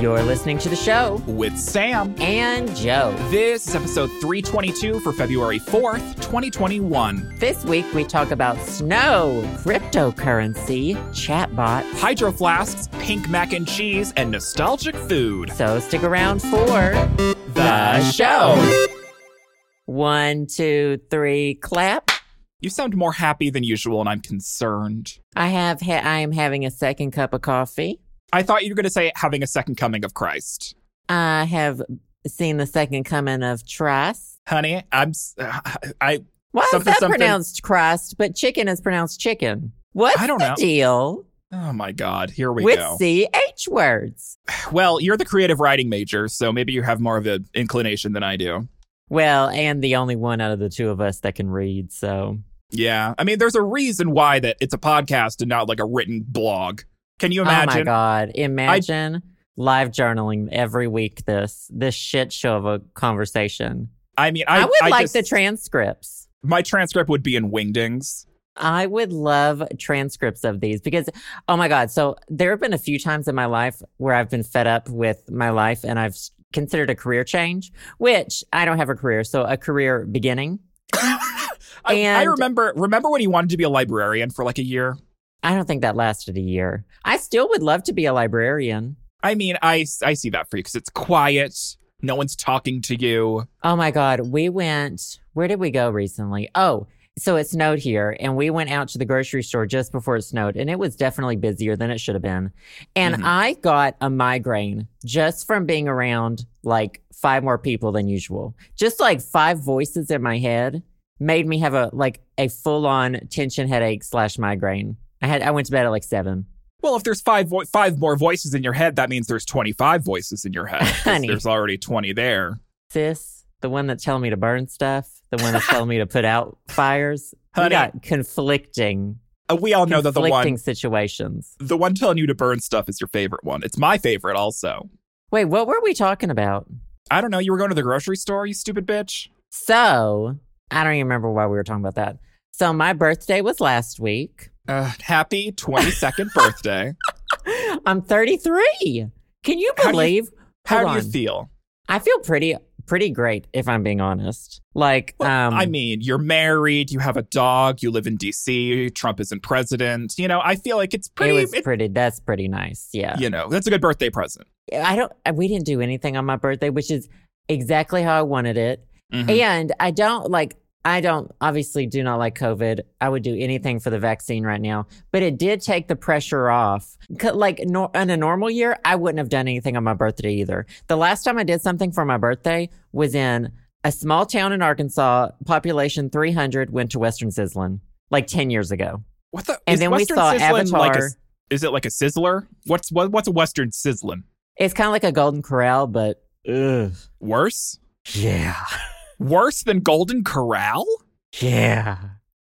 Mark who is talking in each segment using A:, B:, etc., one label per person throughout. A: You're listening to the show
B: with Sam.
A: and Joe.
B: This is episode 322 for February 4th, 2021.
A: This week we talk about snow, cryptocurrency, chatbots.
B: Hydro flasks, pink mac and cheese, and nostalgic food.
A: So stick around for
B: The show.
A: one, two, three, clap.
B: You sound more happy than usual, and I'm concerned.
A: I have ha- I am having a second cup of coffee.
B: I thought you were going to say having a second coming of Christ.
A: I have seen the second coming of Trice.
B: Honey, I'm. s- uh, I.
A: Why is
B: Something,
A: that
B: something.
A: pronounced crust, but chicken is pronounced chicken? What's
B: I don't
A: the
B: know.
A: deal
B: Oh my God, here we
A: with
B: go.
A: CH words?
B: Well, you're the creative writing major, so maybe you have more of an inclination than I do.
A: Well, and the only one out of the two of us that can read, so
B: Yeah. I mean, there's a reason why that it's a podcast and not like a written blog. Can you
A: Oh my
B: imagine?
A: god! Imagine live journaling every week. This this shit show of a conversation.
B: I mean, I,
A: I, would like
B: just-
A: the transcripts.
B: my transcript would be in Wingdings.
A: I would love transcripts of these because, oh my God. So there have been a few times in my life where I've been fed up with my life and I've s- considered a career change, which I don't have a career. So a career beginning.
B: I, I
A: And-
B: remember remember when he wanted to be a librarian for like a year.
A: I don't think that lasted a year. I still would love to be a librarian.
B: I mean, I I see that for you because it's quiet. No one's talking to you.
A: Oh my God. We went, where did we go recently? Oh, so it snowed here and we went out to the grocery store just before it snowed and it was definitely busier than it should have been. And
B: Mhm.
A: I got a migraine just from being around like five more people than usual. Just like five voices in my head made me have a like a full on tension headache slash migraine. I had, I went to bed at like seven.
B: Well, if there's five vo- five more voices in your head, that means there's 25 voices in your head. 'cause
A: Honey.
B: There's already 20 there.
A: Sis, the one that's telling me to burn stuff, the one that's telling me to put out fires. We
B: Honey.
A: got conflicting
B: Uh, we all know that the
A: conflicting
B: one
A: situations.
B: the one telling you to burn stuff is your favorite one. It's my favorite also.
A: Wait, what were we talking about?
B: I don't know. You were going to the grocery store, you stupid bitch.
A: So I don't even remember why we were talking about that. So my birthday was last week.
B: Uh, happy 22nd birthday.
A: I'm 33. Can you
B: How do you-
A: believe?
B: How
A: Hold
B: do
A: on.
B: you feel?
A: I feel pretty pretty great if I'm being honest. Like
B: Well,
A: um
B: I mean, you're married, you have a dog, you live in DC, Trump isn't president. You know, I feel like it's pretty,
A: it was
B: it-
A: pretty that's pretty nice. Yeah.
B: you know, that's a good birthday present.
A: I don't we didn't do anything on my birthday, which is exactly how I wanted it.
B: Mhm.
A: And I don't like, I don't obviously do not like COVID. I would do anything for the vaccine right now, but it did take the pressure off. 'Cause, Like nor- in a normal year, I wouldn't have done anything on my birthday either. The last time I did something for my birthday was in a small town in Arkansas, population 300, went to Western Sizzlin like 10 years ago.
B: What the?
A: And
B: is
A: then
B: Western
A: we saw
B: sizzling
A: Avatar.
B: Like a, is it like a sizzler? What's what, what's a Western sizzling?
A: it's kind of like a Golden Corral, but ugh.
B: Worse?
A: yeah,
B: Worse than Golden Corral?
A: yeah.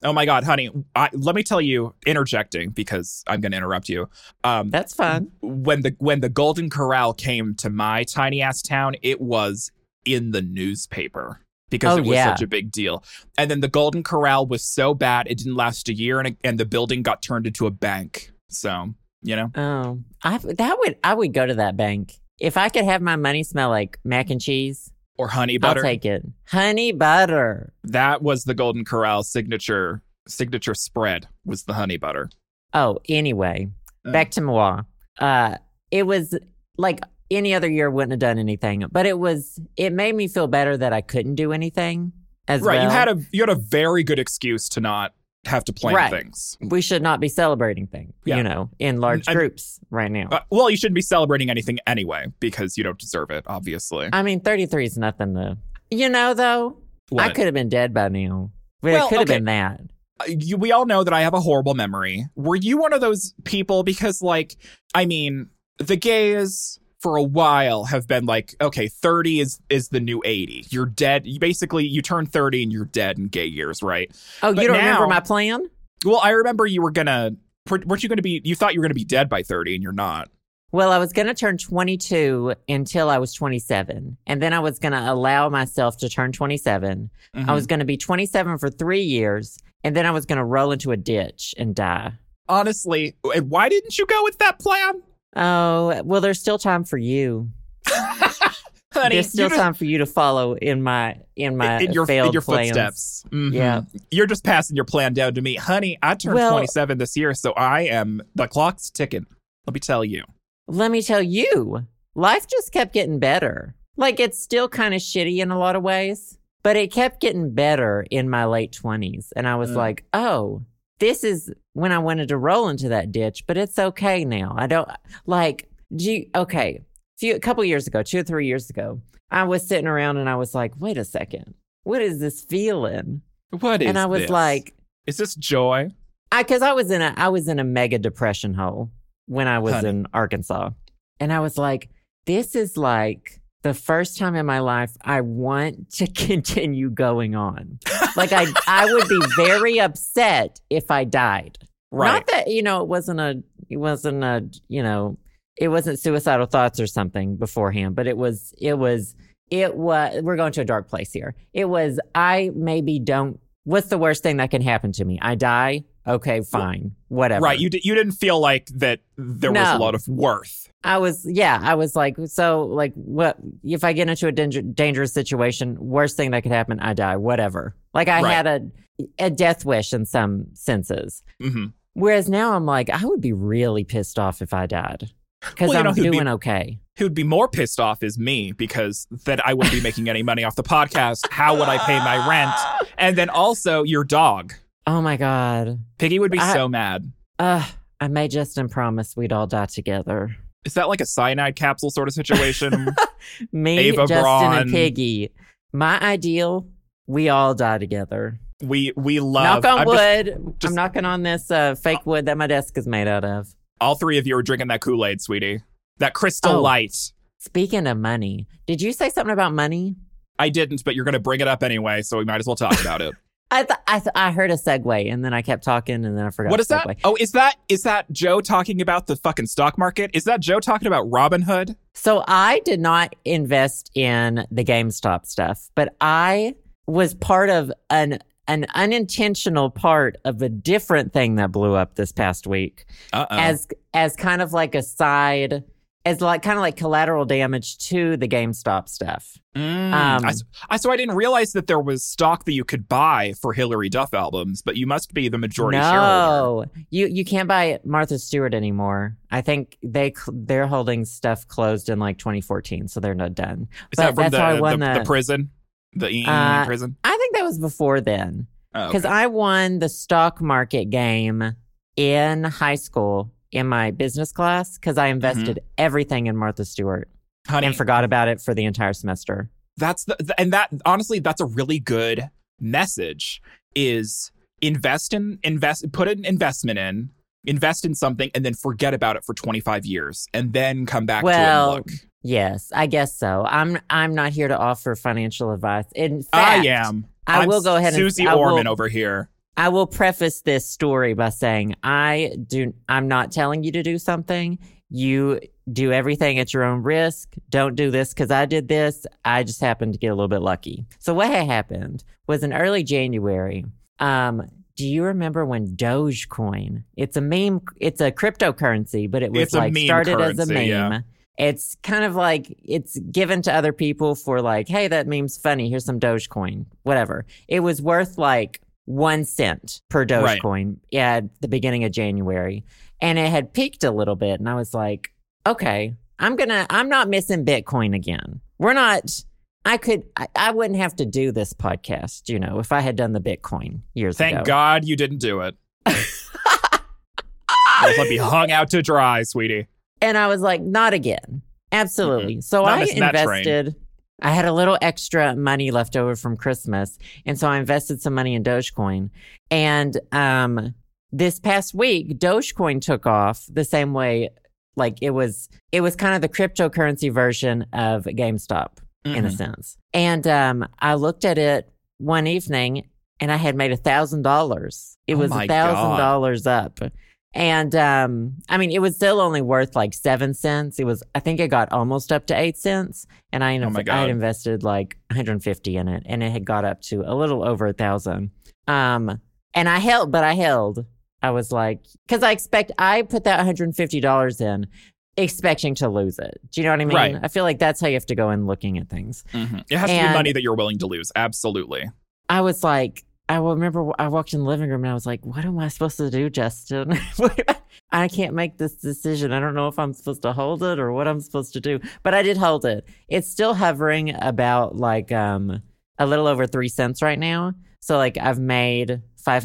B: Oh my God, honey! I, let me tell you, interjecting because I'm going to interrupt you. Um,
A: That's fun.
B: when the when the Golden Corral came to my tiny ass town, it was in the newspaper because
A: Oh,
B: it was
A: yeah.
B: such a big deal. And then the Golden Corral was so bad it didn't last a year, and and the building got turned into a bank. So you know,
A: Oh, I that would I would go to that bank if I could have my money smell like mac and cheese.
B: or honey butter.
A: I'll take it. Honey butter.
B: that was the Golden Corral signature signature spread was the honey butter.
A: Oh, anyway,
B: Mm.
A: back to moi. Uh, it was like any other year wouldn't have done anything, but it was it made me feel better that I couldn't do anything as
B: Right,
A: well.
B: you had a you had a very good excuse to not have to plan
A: Right.
B: things.
A: we should not be celebrating things,
B: Yeah.
A: you know, in large
B: I-
A: groups right now.
B: Uh, well, you shouldn't be celebrating anything anyway because you don't deserve it, obviously.
A: I mean, thirty three is nothing to, you know. Though I
B: What?
A: could have been dead by now, but
B: Well,
A: it could have
B: okay.
A: been that.
B: you, we all know that I have a horrible memory. Were you one of those people? Because, like, I mean, the gays for a while have been like, okay, 30 is is the new 80. You're dead. You basically, you turn 30 and you're dead in gay years, right?
A: Oh,
B: But
A: you don't remember
B: now-
A: my plan?
B: Well, I remember you were gonna, weren't you gonna be? You thought you were gonna be dead by 30, and you're not.
A: Well, I was going to turn 22 until I was 27. And then I was going to allow myself to turn 27. I
B: Mhm.
A: was going to be 27 for three years. And then I was going to roll into a ditch and die.
B: honestly, and why didn't you go with that plan?
A: Oh, well, there's still time for you.
B: Honey,
A: there's still
B: you just-
A: time for you to follow in my in my
B: in your
A: failed
B: in your
A: plans.
B: footsteps. Mhm.
A: Yeah.
B: you're just passing your plan down to me, honey. I turned
A: Well-
B: 27 this year, so I am the clock's ticking. Let me tell you.
A: Let me tell you, life just kept getting better. Like it's still kind of shitty in a lot of ways, but it kept getting better in my late 20s. And I was
B: Mm.
A: like, oh, this is when I wanted to roll into that ditch, but it's okay now. I don't like, do you, okay, few, a couple years ago, two or three years ago, I was sitting around and I was like, wait a second, what is this feeling?
B: What is
A: and I was
B: this?
A: like,
B: is this joy?
A: I because I was in a I was in a mega depression hole when I was
B: Honey.
A: in Arkansas, and I was like, this is like the first time in my life I want to continue going on. Like I I would be very upset if I died.
B: Right.
A: Not that you know it wasn't a it wasn't a you know it wasn't suicidal thoughts or something beforehand, but it was it was it was we're going to a dark place here. It was I maybe don't what's the worst thing that can happen to me? I die? Okay, fine. Whatever.
B: Right. You di- you didn't feel like that there was a
A: No.
B: lot of worth.
A: I was yeah, I was like so like what if I get into a danger, dangerous situation, worst thing that could happen, I die, whatever. Like I
B: Right.
A: had a a death wish in some senses.
B: hmm
A: Whereas now I'm like I would be really pissed off if I died cuz
B: Well, you know
A: I'm
B: who'd be-
A: doing okay.
B: Who'd be more pissed off is me because that I wouldn't be making any money off the podcast. How would I pay my rent? And then also your dog.
A: Oh my god.
B: Piggy would be
A: I-
B: so mad.
A: Uh I made Justin promise we'd all die together.
B: Is that like a cyanide capsule sort of situation?
A: Me,
B: Ava
A: Justin,
B: Braun.
A: and Piggy. My ideal, we all die together.
B: we we love.
A: Knock on
B: I'm just-
A: wood.
B: just-
A: I'm knocking on this uh, fake wood that my desk is made out of.
B: all three of you are drinking that Kool Aid, sweetie. That Crystal
A: Oh.
B: Light.
A: Speaking of money, did you say something about money?
B: I didn't, but you're going to bring it up anyway, so we might as well talk about it.
A: I th- I, th- I heard a segue and then I kept talking and then I forgot.
B: what
A: the
B: is that?
A: segue.
B: Oh, is that is that Joe talking about the fucking stock market? Is that Joe talking about Robin Hood?
A: So I did not invest in the GameStop stuff, but I was part of an an unintentional part of a different thing that blew up this past week.
B: Uh oh.
A: as as kind of like a side as like kind of like collateral damage to the GameStop stuff. um,
B: Mm. I, s- I- so I didn't realize that there was stock that you could buy for Hillary Duff albums, but you must be the majority shareholder.
A: no, you you can't buy Martha Stewart anymore. I think they cl- they're holding stuff closed in like 2014, so they're not done. But
B: Is that from
A: that's how I
B: the,
A: won
B: the,
A: the-
B: the prison? The E
A: Uh,
B: prison?
A: I think that was before then
B: Oh,
A: because I won the stock market game in high school in my business class because I invested everything in Martha Stewart
B: Mm-hmm. honey,
A: and forgot about it for the entire semester.
B: that's the th- and that honestly that's a really good message is invest in invest put an investment in invest in something and then forget about it for 25 years and then come back
A: Well,
B: to it and look
A: Yes, I guess so. I'm I'm not here to offer financial advice. In fact,
B: i am
A: I
B: I'm
A: will go ahead
B: susie
A: and I
B: orman
A: will,
B: over here
A: I will preface this story by saying I do I'm not telling you to do something. You do everything at your own risk. Don't do this cuz I did this. I just happened to get a little bit lucky. So what had happened was in early January. Um do you remember when Dogecoin? It's a meme. It's a cryptocurrency, but it was
B: It's a
A: like
B: meme
A: started as a meme.
B: currency, yeah.
A: It's kind of like it's given to other people for like, hey, that meme's funny. Here's some Dogecoin, whatever. It was worth like one cent per
B: Right.
A: Dogecoin at the beginning of January, and it had peaked a little bit. And I was like, okay, I'm gonna, I'm not missing Bitcoin again. We're not. I could, I, I wouldn't have to do this podcast, you know, if I had done the Bitcoin years
B: thank
A: ago.
B: god you didn't do it Or else i'd be hung out to dry sweetie
A: And I was like, not again. Absolutely. So I
B: Not missing that train.
A: invested. I had a little extra money left over from Christmas. And so I invested some money in Dogecoin. And um, this past week, Dogecoin took off the same way. Like it was, it was kind of the cryptocurrency version of GameStop in a
B: Mhm.
A: sense. And um, I looked at it one evening and I had made a thousand dollars. It
B: Oh
A: was
B: my
A: a thousand dollars up. And um, I mean, it was still only worth like seven cents. It was, I think it got almost up to eight cents. And I,
B: Oh my
A: I
B: God.
A: had invested like 150 in it and it had got up to a little over a thousand. Um, and I held, but I held. I was like, because I expect I put that $150 in expecting to lose it. Do you know what I mean?
B: Right.
A: I feel like that's how you have to go in looking at things.
B: Mhm. It has to be
A: And-
B: money that you're willing to lose. Absolutely.
A: I was like, I remember I walked in the living room and I was like, what am I supposed to do, Justin? What am I- I can't make this decision. I don't know if I'm supposed to hold it or what I'm supposed to do, but I did hold it. It's still hovering about like um a little over 3 cents right now. So like I've made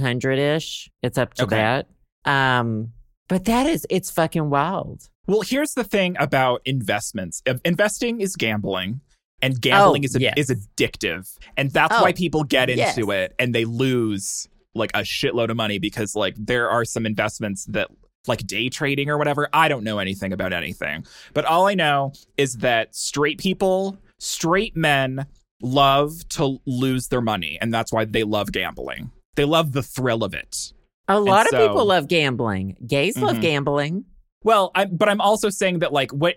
A: 500ish. It's up to
B: Okay.
A: that. Um but that is it's fucking wild.
B: Well, here's the thing about investments. If- Investing is gambling, and gambling
A: Oh,
B: is a,
A: yes.
B: is addictive, and that's
A: Oh,
B: why people get into
A: yes.
B: it and they lose like a shitload of money because like there are some investments that like day trading or whatever. I don't know anything about anything, but all I know is that straight people, straight men love to lose their money, and that's why they love gambling. They love the thrill of it.
A: A lot
B: so-
A: of people love gambling. Gays love
B: Mhm.
A: gambling.
B: Well, I, but I'm also saying that like what,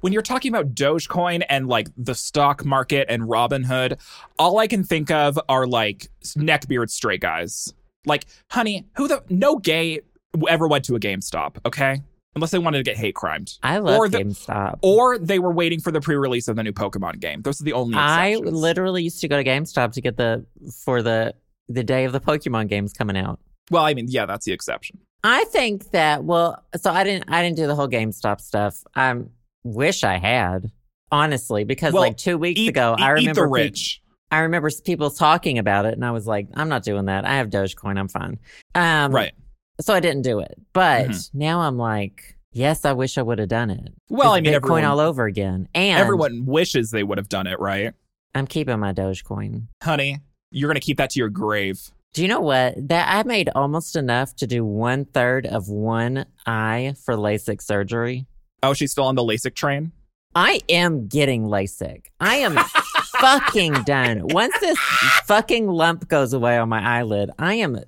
B: when you're talking about Dogecoin and like the stock market and Robinhood, all I can think of are like neckbeard straight guys. Like, honey, who the no gay ever went to a GameStop, okay? Unless they wanted to get hate crimed.
A: I love
B: Or the-
A: GameStop.
B: Or they were waiting for the pre-release of the new Pokemon game. Those are the only
A: I
B: exceptions.
A: literally used to go to GameStop to get the for the the day of the Pokemon games coming out.
B: Well, I mean, yeah, that's the exception.
A: I think that well, so I didn't I didn't do the whole GameStop stuff. I wish I had honestly because
B: Well,
A: like two weeks
B: eat,
A: ago I
B: eat- eat
A: remember
B: the
A: peop-
B: rich.
A: I remember s- people talking about it and I was like, I'm not doing that. I have Dogecoin. I'm fine. Um,
B: right. Mm-hmm.
A: So I didn't do it, but now I'm like, yes, I wish I would have done it.
B: Well,
A: It's
B: I mean,
A: Bitcoin
B: everyone,
A: all over again, and
B: everyone wishes they would have done it, right?
A: I'm keeping my Dogecoin.
B: Honey, you're going to keep that to your grave.
A: Do you know what? That I made almost enough to do one third of one eye for LASIK surgery.
B: Oh, she's still on the LASIK train?
A: I am getting LASIK. I am fucking done. Once this fucking lump goes away on my eyelid, I am,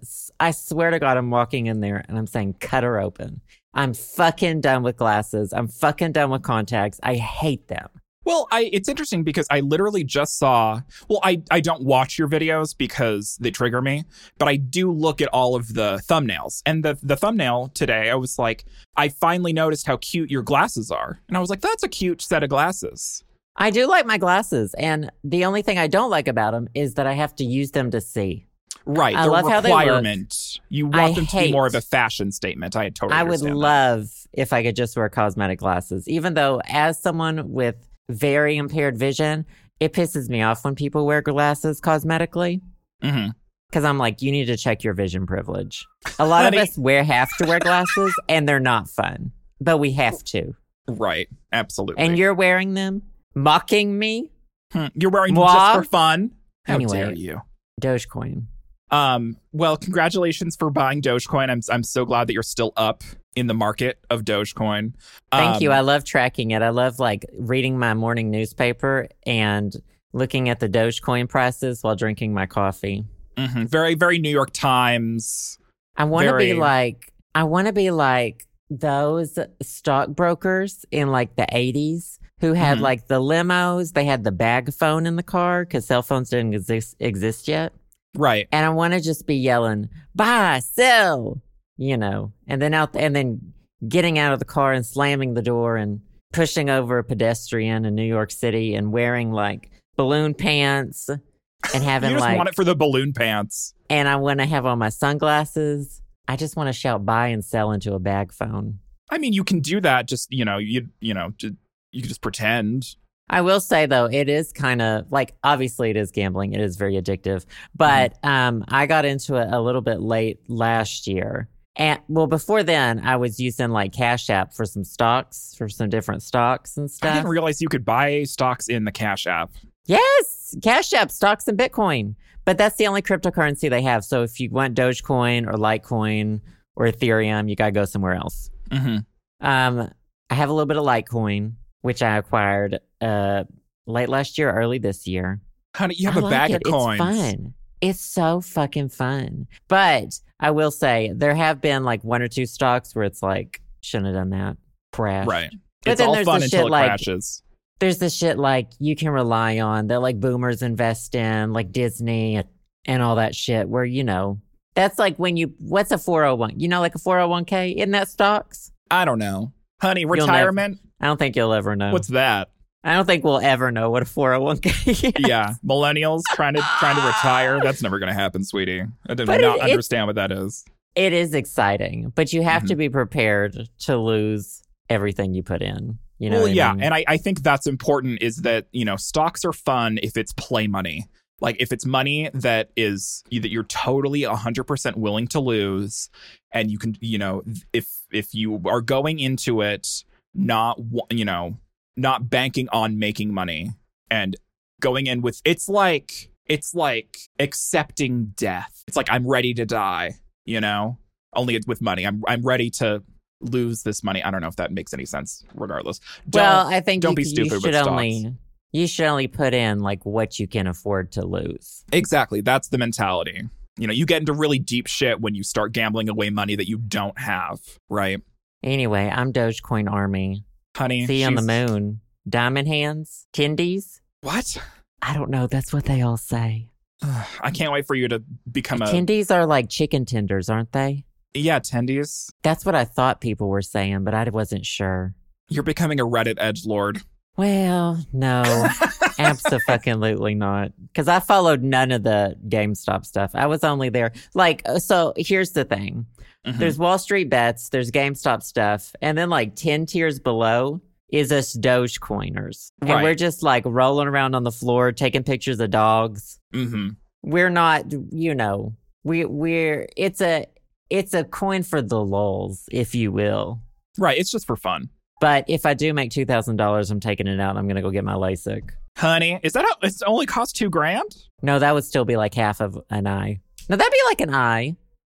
A: I swear to God, I'm walking in there and I'm saying, cut her open. I'm fucking done with glasses. I'm fucking done with contacts. I hate them.
B: Well, I it's interesting because I literally just saw well, I, I don't watch your videos because they trigger me, but I do look at all of the thumbnails. And the the thumbnail today, I was like, I finally noticed how cute your glasses are. And I was like, that's a cute set of glasses.
A: I do like my glasses. And the only thing I don't like about them is that I have to use them to see.
B: Right.
A: I
B: the
A: love how they look.
B: requirement. You want
A: I
B: them to be
A: hate-
B: more of a fashion statement. I totally
A: I would
B: understand that.
A: love if I could just wear cosmetic glasses, even though, as someone with very impaired vision, it pisses me off when people wear glasses cosmetically
B: Mhm.
A: because I'm like, you need to check your vision privilege. A lot of
B: Honey.
A: us wear have to wear glasses and they're not fun, but we have to.
B: Right. Absolutely.
A: And you're wearing them, mocking me.
B: Hmm. you're wearing them
A: Moi?
B: just for fun. How
A: Anyway.
B: dare you?
A: Dogecoin.
B: Um, well, congratulations for buying Dogecoin. I'm I'm so glad that you're still up in the market of Dogecoin.
A: Thank
B: Um,
A: you. I love tracking it. I love like reading my morning newspaper and looking at the Dogecoin prices while drinking my coffee.
B: mhm. very very New York Times.
A: I want to be
B: very-
A: like I want to be like those stockbrokers in like the 80s who had
B: Mhm.
A: like the limos, they had the bag phone in the car cuz cell phones didn't exist, exist yet.
B: Right.
A: And I want to just be yelling, "Buy, sell," you know. And then out and then getting out of the car and slamming the door and pushing over a pedestrian in New York City and wearing like balloon pants and having
B: you just
A: like
B: want it for the balloon pants.
A: and I want to have on my sunglasses. I just want to shout buy and sell into a bag phone.
B: I mean, you can do that. Just you know, you you know, ju- you can just pretend.
A: I will say though, it is kind of like obviously it is gambling. It is very addictive. But
B: Mm-hmm.
A: um, I got into it a little bit late last year. And well, before then, I was using like Cash App for some stocks, for some different stocks and
B: I
A: stuff.
B: didn't realize you could buy stocks in the Cash App.
A: yes, Cash App, stocks, and Bitcoin. But that's the only cryptocurrency they have. So if you want Dogecoin or Litecoin or Ethereum, you got to go somewhere else.
B: Mm-hmm.
A: Um, I have a little bit of Litecoin, which I acquired uh late last year, early this year.
B: Honey, you have
A: I
B: a
A: like
B: bag
A: it.
B: of coins.
A: It's fun. It's so fucking fun. But I will say there have been like one or two stocks where it's like shouldn't have done that. Crash.
B: Right.
A: But
B: it's
A: then
B: all
A: there's
B: fun
A: the
B: until
A: shit
B: it
A: like-
B: crashes.
A: There's this shit like you can rely on that like boomers invest in like Disney and all that shit where you know that's like when you oh what's a 401 you know like a 401k in that stocks
B: I don't know. Honey,
A: never-
B: retirement
A: I don't think you'll ever know.
B: What's that?
A: I don't think we'll ever know what a 401k is.
B: Yeah, millennials trying to trying to retire. That's never going to happen, sweetie. I did
A: But it-
B: not
A: it-
B: understand what that is.
A: It is exciting, but you have
B: Mm-hmm.
A: to be prepared to lose everything you put in. You know,
B: well,
A: what I
B: yeah,
A: mean?
B: and I, I think that's important. Is that you know stocks are fun if it's play money, like if it's money that is that you're totally hundred percent willing to lose, and you can you know if if you are going into it not wa- you know not banking on making money and going in with it's like it's like accepting death. It's like I'm ready to die, you know. Only it's with money. I'm I'm ready to lose this money. I don't know if that makes any sense. Regardless, Don't-
A: well, I think
B: don't
A: you,
B: be
A: c- you
B: stupid with
A: should
B: stocks.
A: only you should only put in like what you can afford to lose.
B: Exactly. That's the mentality. You know, you get into really deep shit when you start gambling away money that you don't have, right?
A: Anyway, I'm Dogecoin Army.
B: Honey.
A: See you on the
B: she's-
A: moon. Diamond hands, kindies.
B: What?
A: I don't know. That's what they all say.
B: Ugh, I can't wait for you to become a.
A: Kindies are like chicken tenders, aren't they?
B: yeah, tendies.
A: That's what I thought people were saying, but I wasn't sure.
B: You're becoming a Reddit edge lord.
A: Well, no, absolutely not. Because I followed none of the GameStop stuff. I was only there. Like, uh, so here's the thing
B: Mm-hmm. Uh-huh.
A: there's Wall Street bets, there's GameStop stuff, and then like 10 tiers below is us Dogecoiners. And
B: Right.
A: we're just like rolling around on the floor, taking pictures of dogs.
B: hmm
A: We're not, you know, we, we're, it's a, it's a coin for the lulls, if you will.
B: Right. It's just for fun.
A: But if I do make $2,000, I'm taking it out and I'm going to go get my LASIK.
B: Honey, is that how it's only cost two grand?
A: No, that would still be like half of an eye. No, that'd be like an eye.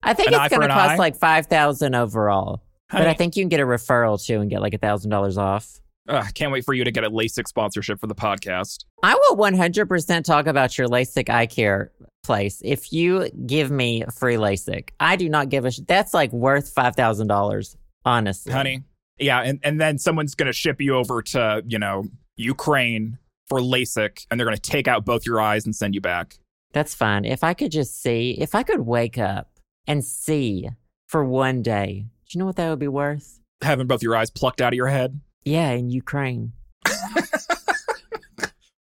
A: I think
B: An eye
A: it's
B: for
A: going to
B: an
A: cost
B: eye?
A: like five thousand overall,
B: Honey,
A: but I think you can get a referral too and get like thousand dollars off.
B: ugh, can't wait for you to get a LASIK sponsorship for the podcast.
A: I will one hundred percent talk about your LASIK eye care place if you give me free LASIK. I do not give a. Sh- that's like worth five thousand dollars, honestly,
B: honey. Yeah, and, and then someone's gonna ship you over to, you know, Ukraine for LASIK and they're gonna take out both your eyes and send you back.
A: That's fine. If I could just see, if I could wake up and see for one day, do you know what that would be worth?
B: Having both your eyes plucked out of your head.
A: Yeah, in Ukraine.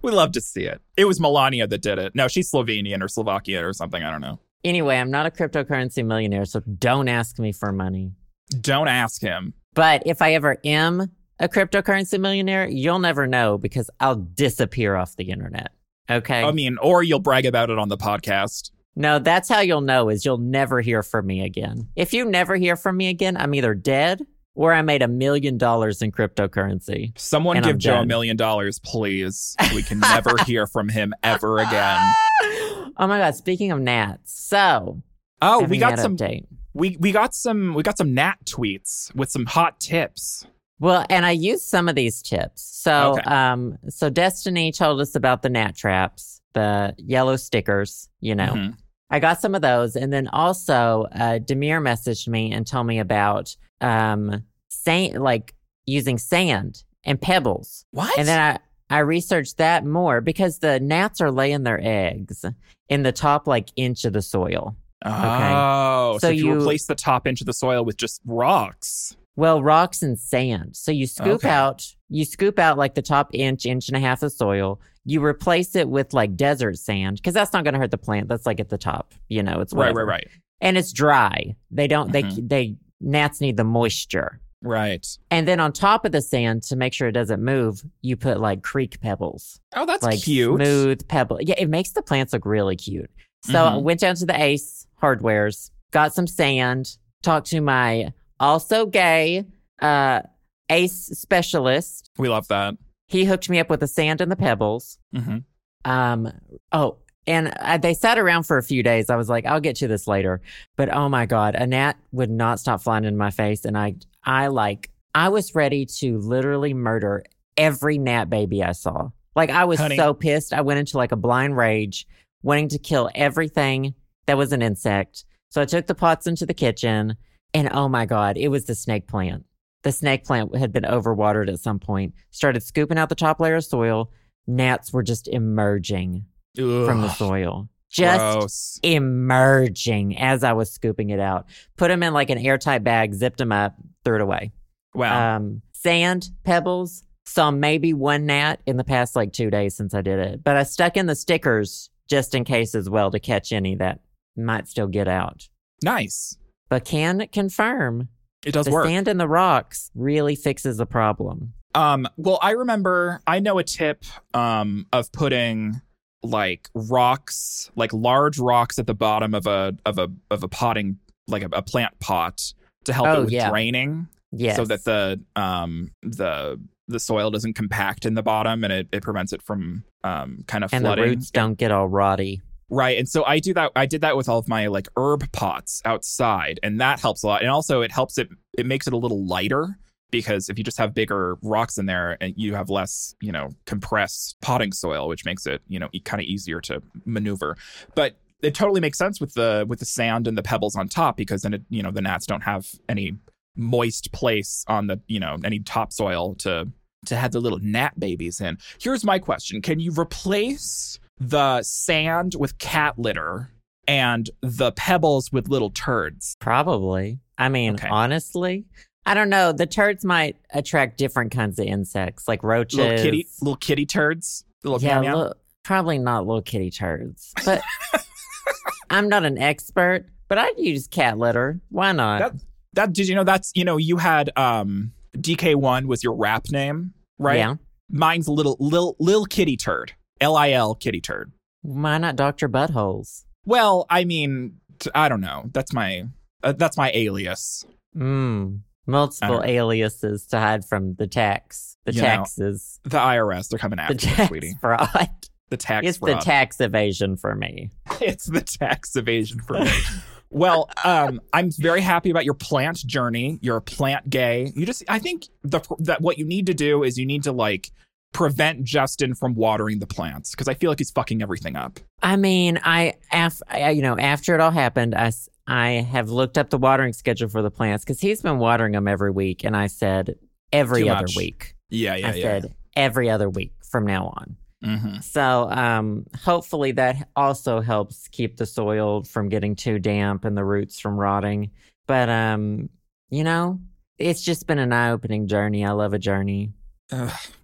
B: We love to see it. It was Melania that did it. No, she's Slovenian or Slovakian or something. I don't know.
A: Anyway, I'm not a cryptocurrency millionaire, so don't ask me for money.
B: Don't ask him.
A: But if I ever am a cryptocurrency millionaire, you'll never know because I'll disappear off the internet. Okay.
B: I mean, or you'll brag about it on the podcast.
A: no, that's how you'll know is you'll never hear from me again. If you never hear from me again, I'm either dead or I made a million dollars in cryptocurrency.
B: Someone
A: And
B: give
A: I'm
B: Joe a
A: dead.
B: million dollars, please. We can never hear from him ever again.
A: oh my God. Speaking of gnats. So
B: Oh,
A: having
B: we got
A: that
B: some
A: update.
B: we, we got some we got some Nat tweets with some hot tips.
A: Well, and I used some of these tips. So,
B: Okay.
A: um, so Destiny told us about the gnat traps, the yellow stickers. You know,
B: Mhm.
A: I got some of those, and then also uh, Demir messaged me and told me about um, sand, like using sand and pebbles,
B: What?
A: and then I I researched that more because the gnats are laying their eggs in the top like inch of the soil.
B: Oh, so,
A: So
B: if you,
A: you-
B: replace the top inch of the soil with just rocks.
A: Well, rocks and sand. So you scoop
B: Okay.
A: out, you scoop out like the top inch, inch and a half of soil. You replace it with like desert sand because that's not going to hurt the plant. That's like at the top, you know. It's
B: Right,
A: whatever.
B: right, right.
A: and it's dry. They don't.
B: Mhm.
A: They they gnats need the moisture.
B: Right.
A: And then on top of the sand to make sure it doesn't move, you put like creek pebbles,
B: Oh, that's
A: like
B: cute.
A: smooth pebble. Yeah, it makes the plants look really cute. So I
B: Mhm.
A: went down to the Ace Hardware's, got some sand, talked to my also gay uh, Ace specialist.
B: We love that.
A: He hooked me up with the sand and the pebbles.
B: hmm
A: Um, oh, and I, they sat around for a few days. I was like, I'll get to this later. But oh my God, a gnat would not stop flying in my face. And I, I like, I was ready to literally murder every gnat baby I saw. Like, I was
B: Honey.
A: so pissed. I went into like a blind rage, wanting to kill everything that was an insect. So I took the pots into the kitchen. And oh my God, it was the snake plant. The snake plant had been overwatered at some point, started scooping out the top layer of soil. Gnats were just emerging from the soil. Just
B: Gross.
A: emerging as I was scooping it out. Put them in like an airtight bag, zipped them up, threw it away.
B: Wow.
A: Um, sand, pebbles, saw maybe one gnat in the past like two days since I did it. But I stuck in the stickers just in case as well to catch any that might still get out.
B: Nice.
A: But can confirm
B: It does
A: the
B: work.
A: sand in the rocks really fixes the problem.
B: Um, well, I remember I know a tip um of putting like rocks, like large rocks at the bottom of a of a of a potting like a, a plant pot to help
A: Oh,
B: it with
A: yeah.
B: draining
A: Yes.
B: so that the um the the soil doesn't compact in the bottom and it, it prevents it from um kind of
A: and the
B: flooding.
A: roots don't get all rotty.
B: Right. And so I do that I did that with all of my like herb pots outside and that helps a lot. And also it helps it it makes it a little lighter because if you just have bigger rocks in there and you have less, you know, compressed potting soil, which makes it, you know, e- kind of easier to maneuver. But it totally makes sense with the with the sand and the pebbles on top because then it, you know, the gnats don't have any moist place on the, you know, any topsoil to to have the little gnat babies in. Here's my question Can you replace the sand with cat litter and the pebbles with little turds?
A: Probably. I mean,
B: Okay.
A: honestly, I don't know. The turds might attract different kinds of insects, like roaches.
B: Little kitty, little kitty turds? Little
A: yeah,
B: meow meow?
A: li- probably not little kitty turds, but I'm not an expert. But I'd use cat litter. Why not?
B: That- that did you know that's you know you had um DK1 was your rap name, right?
A: Yeah.
B: Mine's little lil lil kitty turd. L I L kitty turd.
A: Why not Doctor Buttholes?
B: Well, I mean, t- I don't know. That's my uh, that's my alias.
A: Mm. Multiple
B: Uh,
A: aliases to hide from the tax, the
B: You know,
A: taxes,
B: The IRS, they're coming after
A: the
B: you,
A: tax
B: sweetie.
A: fraud.
B: The tax
A: it's
B: fraud.
A: the tax evasion for me.
B: it's the tax evasion for me. well, um, I'm very happy about your plant journey. You're a plant gay. You just, I think the that what you need to do is you need to like prevent Justin from watering the plants because I feel like he's fucking everything up.
A: I mean, I, af- I you know, after it all happened, I, s- I have looked up the watering schedule for the plants because he's been watering them every week, and I said every
B: Too
A: other
B: much.
A: week.
B: Yeah,
A: I said every other week from now on.
B: hmm
A: So, um, hopefully, that also helps keep the soil from getting too damp and the roots from rotting. But, um, you know, it's just been an eye-opening journey. I love a journey.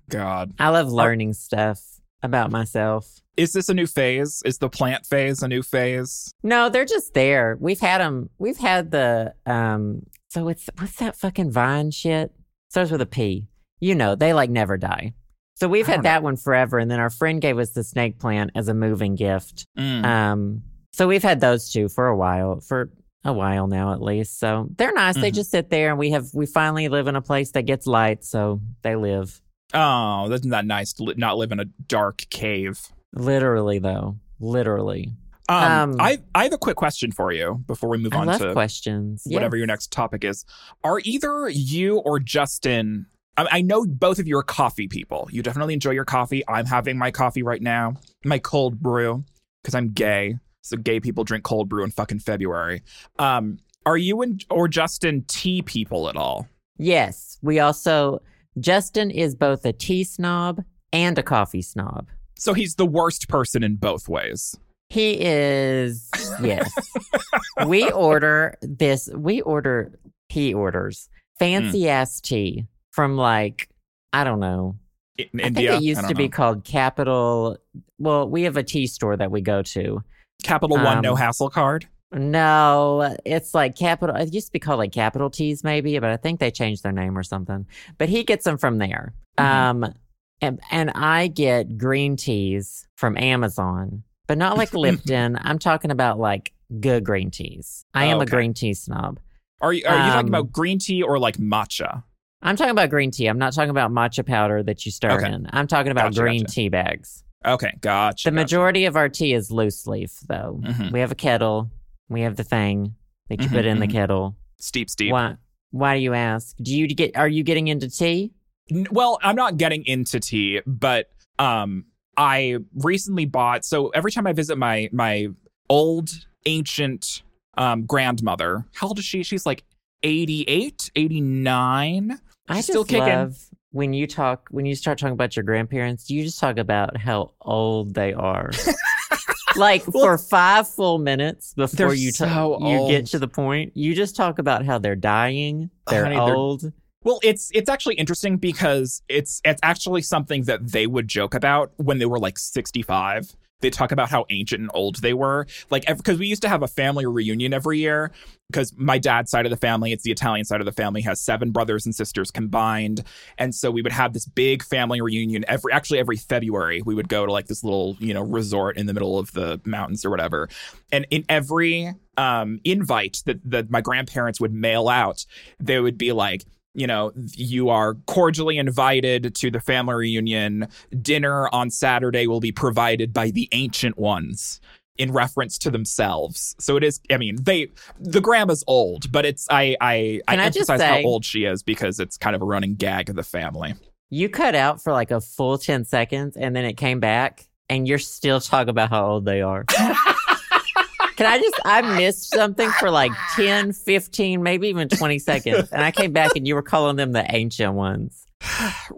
B: God,
A: I love learning stuff about myself.
B: is this a new phase? Is the plant phase a new phase?
A: No, they're just there. We've had them. We've had the um. So it's what's that fucking vine shit? Starts with a P. You know, they like never die. So we've
B: I
A: had
B: don't know.
A: that one forever, and then our friend gave us the snake plant as a moving gift.
B: Mm.
A: Um, so we've had those two for a while, for a while now at least. So they're nice. They
B: Mhm.
A: just sit there, and we have we finally live in a place that gets light, so they live.
B: oh, isn't that nice to li- not live in a dark cave?
A: Literally, though, literally.
B: Um,
A: Um,
B: I I have a quick question for you before we move
A: I
B: on
A: love
B: to
A: questions.
B: whatever your
A: Yes.
B: next topic is. Are either you or Justin? I, I know both of you are coffee people. You definitely enjoy your coffee. I'm having my coffee right now, my cold brew, because I'm gay. So gay people drink cold brew in fucking February. Um, are you and or Justin tea people at all?
A: Yes. We also, Justin is both a tea snob and a coffee snob.
B: So he's the worst person in both ways.
A: He is, yes. we order this, we order, he orders
B: Hmm.
A: fancy ass tea from like, I don't know.
B: In
A: I
B: India,
A: think it used
B: don't
A: to be
B: know.
A: called Capital. Well, we have a tea store that we go to.
B: Capital One
A: um,
B: No Hassle Card.
A: No, it's like Capital. It used to be called like Capital Teas, maybe, but I think they changed their name or something. But he gets them from there.
B: Mhm.
A: Um, and, and I get green teas from Amazon, but not like Lipton. I'm talking about like good green teas. I am
B: Oh,
A: a
B: okay.
A: green tea snob.
B: Are you are you
A: um,
B: talking about green tea or like matcha?
A: I'm talking about green tea. I'm not talking about matcha powder that you stir
B: Okay.
A: in. I'm talking about
B: Gotcha,
A: green
B: gotcha.
A: tea bags.
B: Okay, gotcha.
A: The majority of our tea is loose leaf, though.
B: Mhm.
A: We have a kettle. We have the thing that you
B: Mhm,
A: put in the
B: mhm.
A: kettle.
B: steep, steep.
A: Why? Why do you ask? Do you get? Are you getting into tea?
B: N- well i'm not getting into tea but um i recently bought so every time i visit my my old ancient um grandmother how old is she she's like 88 89
A: I
B: She's
A: just
B: still kicking.
A: love when you talk when you start talking about your grandparents. You just talk about how old they are, like
B: Well,
A: for five full minutes before
B: they're
A: you ta-
B: so
A: you get
B: old.
A: to the point. You just talk about how they're dying, they're
B: Honey, they're-
A: old,
B: Well, it's it's actually interesting because it's it's actually something that they would joke about when they were like 65. They talk about how ancient and old they were. Like because we used to have a family reunion every year because my dad's side of the family, it's the Italian side of the family has seven brothers and sisters combined. And so we would have this big family reunion every actually every February. We would go to like this little, you know, resort in the middle of the mountains or whatever. And in every um invite that that my grandparents would mail out, they would be like you know, you are cordially invited to the family reunion. Dinner on Saturday will be provided by the ancient ones in reference to themselves. So it is I mean, they the grandma's old, but it's I I,
A: Can
B: I
A: I just
B: emphasize how
A: say-
B: old she is because it's kind of a running gag of the family.
A: You cut out for like a full 10 seconds and then it came back and you're still talking about how old they are. Can I just, I missed something for like 10, 15, maybe even 20 seconds. And I came back and you were calling them the ancient ones.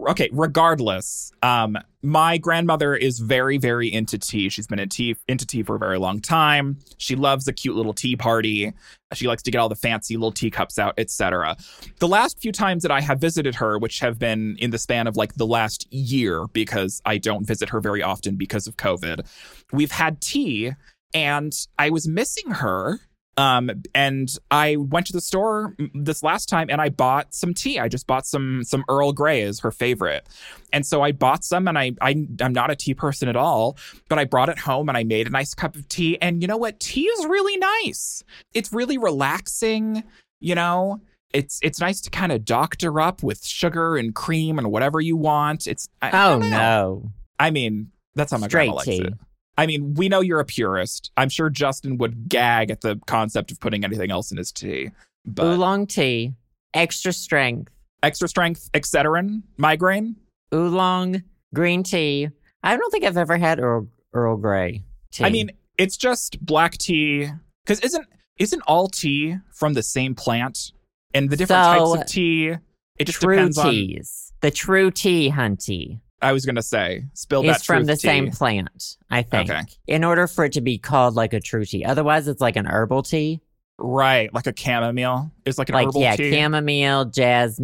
B: okay, regardless, um, my grandmother is very, very into tea. She's been in tea, into tea for a very long time. She loves a cute little tea party. She likes to get all the fancy little teacups out, etc. The last few times that I have visited her, which have been in the span of like the last year, because I don't visit her very often because of COVID, we've had tea, and I was missing her. Um, and I went to the store mm, this last time and I bought some tea. I just bought some some Earl Grey is her favorite. And so I bought some and I, I I'm not a tea person at all, but I brought it home and I made a nice cup of tea. And you know what? Tea is really nice. It's really relaxing, you know. It's it's nice to kind of doctor up with sugar and cream and whatever you want. It's I, I
A: Oh
B: don't know.
A: no.
B: I mean, that's how my
A: Straight
B: grandma likes
A: tea.
B: it. I mean, we know you're a purist. I'm sure Justin would gag at the concept of putting anything else in his tea. But
A: Oolong tea, extra strength,
B: extra strength, Excedrin, migraine.
A: oolong green tea. I don't think I've ever had Earl, Earl Grey tea.
B: I mean, it's just black tea. Because isn't isn't all tea from the same plant? And the different
A: So,
B: types of tea. It just
A: true
B: depends
A: teas. The true tea, hunty.
B: on. I was gonna say, spill that
A: It's from
B: truth
A: the
B: tea.
A: same plant, I think.
B: Okay.
A: In order for it to be called like a true tea, otherwise it's like an herbal tea,
B: right, like a chamomile. It's like an
A: like
B: herbal
A: yeah,
B: tea.
A: chamomile,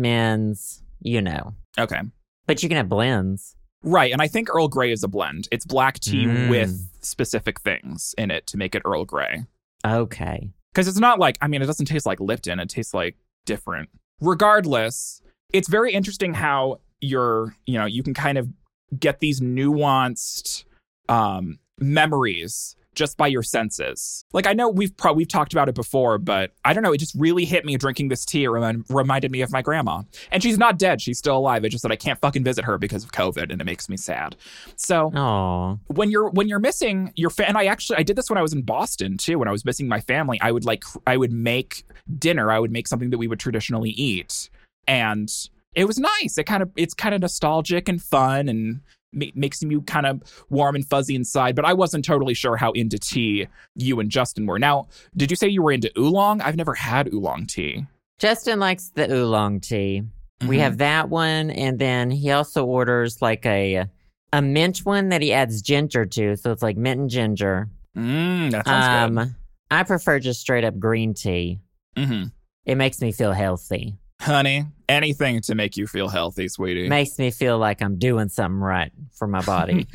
A: jasmines, you know.
B: okay.
A: But you can have blends.
B: Right, and I think Earl Grey is a blend. It's black tea
A: Mm.
B: with specific things in it to make it Earl Grey.
A: Okay,
B: Because it's not like, I mean, it doesn't taste like Lipton, it tastes like different. Regardless, it's very interesting how you're, you know, you can kind of get these nuanced um, memories just by your senses. Like I know we've probably we've talked about it before, but I don't know, it just really hit me drinking this tea. It remind, reminded me of my grandma. And she's not dead, she's still alive. It's just that I can't fucking visit her because of COVID and it makes me sad. So,
A: oh,
B: when you're when you're missing your fa- and I actually I did this when I was in Boston too when I was missing my family I would like cr- I would make dinner I would make something that we would traditionally eat and it was nice it kind of it's kind of nostalgic and fun and ma- makes you kind of warm and fuzzy inside but I wasn't totally sure how into tea you and Justin were now did you say you were into oolong I've never had oolong tea
A: Justin likes the oolong tea. We
B: Mhm.
A: have that one, and then he also orders like a a mint one that he adds ginger to, so it's like mint and ginger.
B: mm, that sounds
A: um, I prefer just straight up green tea.
B: good hmm
A: It makes me feel healthy.
B: honey anything to make you feel healthy sweetie
A: makes me feel like I'm doing something right for my body.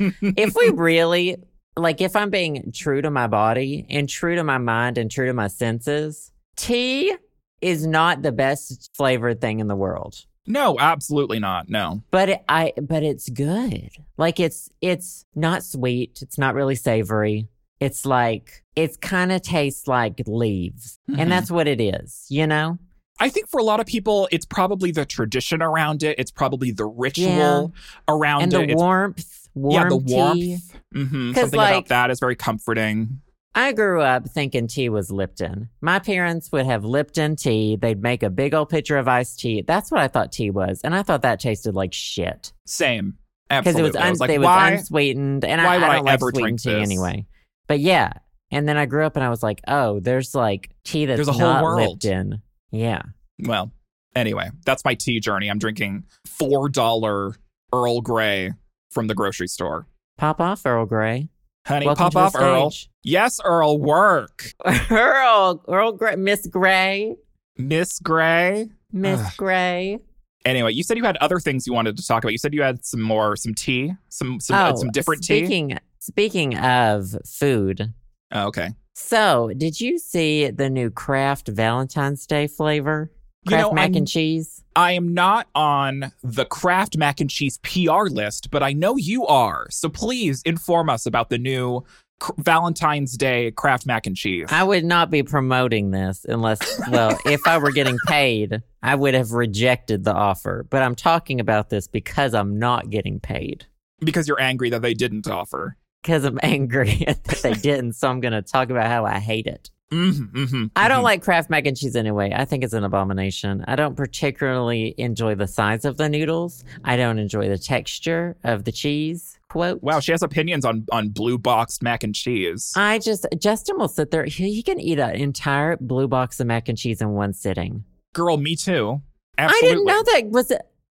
A: if we really like if I'm being true to my body and true to my mind and true to my senses, tea is not the best flavored thing in the world.
B: no absolutely not no
A: But it, I but it's good. Like it's it's not sweet, it's not really savory. It's like it's kind of tastes like leaves.
B: Mhm.
A: And that's what it is, you know?
B: I think for a lot of people, it's probably the tradition around it. It's probably the ritual
A: Yeah.
B: around
A: And
B: it.
A: the
B: It's-
A: warmth, warm
B: yeah, the
A: tea.
B: warmth. hmm
A: 'Cause,
B: Something about
A: like-
B: that is very comforting.
A: I grew up thinking tea was Lipton. My parents would have Lipton tea. They'd make a big old pitcher of iced tea. That's what I thought tea was, and I thought that tasted like shit
B: Same,
A: because it
B: absolutely.
A: was,
B: I
A: un-
B: like,
A: it was
B: why?
A: unsweetened, and
B: why
A: I,
B: would
A: I
B: I
A: don't like
B: ever
A: sweetened
B: drink
A: tea
B: this?
A: anyway. But yeah, and then I grew up and I was like, oh, there's like tea that's
B: There's a whole
A: not
B: world.
A: Lipton. Yeah,
B: well, anyway, that's my tea journey. I'm drinking four dollar Earl Grey from the grocery store.
A: pop off Earl Grey.
B: Honey,
A: Welcome
B: pop off
A: to the
B: Earl.
A: stage.
B: Yes, Earl, work,
A: Earl, Earl Grey, Miss Grey,
B: Miss Grey.
A: Miss
B: Ugh.
A: Grey.
B: Anyway, you said you had other things you wanted to talk about. You said you had some more, some tea, some some uh,
A: Oh,
B: some different tea.
A: speaking, Speaking of food,
B: Oh, okay,
A: so did you see the new Kraft Valentine's Day flavor?
B: You
A: Kraft
B: know,
A: mac
B: I'm-
A: and cheese.
B: I am not on the Kraft mac and cheese PR list, but I know you are. So please inform us about the new K- Valentine's Day Kraft mac and cheese.
A: I would not be promoting this unless, well, if I were getting paid, I would have rejected the offer. But I'm talking about this because I'm not getting paid.
B: because you're angry that they didn't offer.
A: Because I'm angry that they didn't. So I'm going to talk about how I hate it.
B: hmm hmm
A: I don't like Kraft mac and cheese anyway. I think it's an abomination. I don't particularly enjoy the size of the noodles. I don't enjoy the texture of the cheese. Quote.
B: Wow, she has opinions on on blue boxed mac and cheese.
A: I just, Justin will sit there. He, he can eat an entire blue box of mac and cheese in one sitting.
B: Girl, me too. Absolutely.
A: I didn't know that was.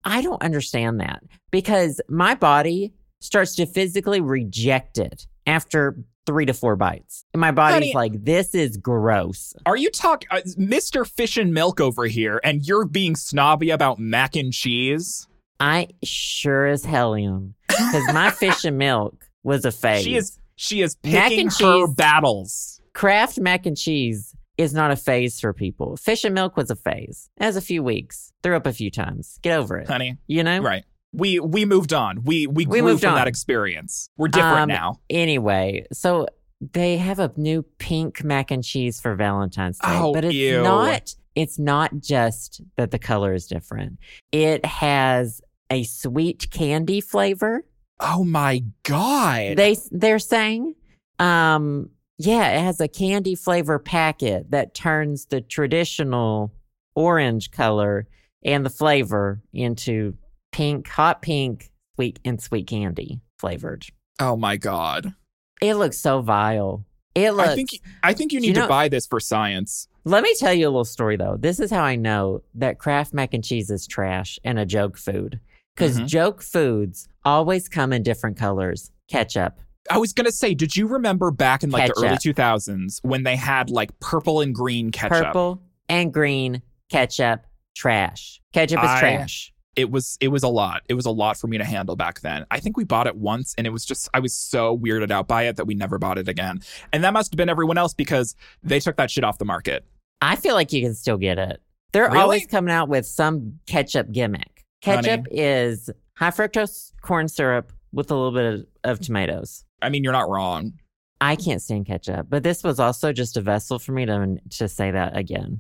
A: I don't understand that because my body starts to physically reject it after three to four bites. And my body's
B: Honey-
A: like, "This is gross."
B: Are you talking, uh, Mr. Fish and Milk over here, and you're being snobby about mac and cheese?
A: I sure as hell am because my fish and milk was a phase.
B: She is she is
A: Mac
B: picking
A: and
B: her
A: cheese.
B: battles.
A: Kraft mac and cheese is not a phase for people. Fish and milk was a phase. That was a few weeks. Threw up a few times. Get over it.
B: Honey,
A: You know.
B: right. We we moved on. We we,
A: We
B: grew
A: moved
B: from
A: on.
B: that experience. We're different
A: Um,
B: now.
A: Anyway, so they have a new pink mac and cheese for Valentine's Day,
B: Oh,
A: but it's
B: ew.
A: not it's not just that the color is different. It has a sweet candy flavor.
B: Oh my god.
A: They they're saying um yeah, it has a candy flavor packet that turns the traditional orange color and the flavor into pink, hot pink, sweet and sweet candy flavored.
B: oh my god.
A: It looks so vile. It looks.
B: I think I think you
A: you
B: need to
A: know-
B: buy this for science.
A: Let me tell you a little story though. This is how I know that Kraft mac and cheese is trash and a joke food because
B: Mhm.
A: joke foods always come in different colors. Ketchup.
B: I was gonna say, did you remember back in like the early
A: Ketchup.
B: two thousands when they had like purple and green ketchup?
A: purple and green ketchup. Trash. Ketchup is
B: I-
A: trash.
B: It was it was a lot. It was a lot for me to handle back then. I think we bought it once, and it was just I was so weirded out by it that we never bought it again. And that must have been everyone else because they took that shit off the market.
A: I feel like you can still get it. They're
B: Really?
A: always coming out with some ketchup gimmick. Ketchup is high fructose corn syrup with a little bit of, of tomatoes.
B: I mean, you're not wrong.
A: I can't stand ketchup, but this was also just a vessel for me to to say that again.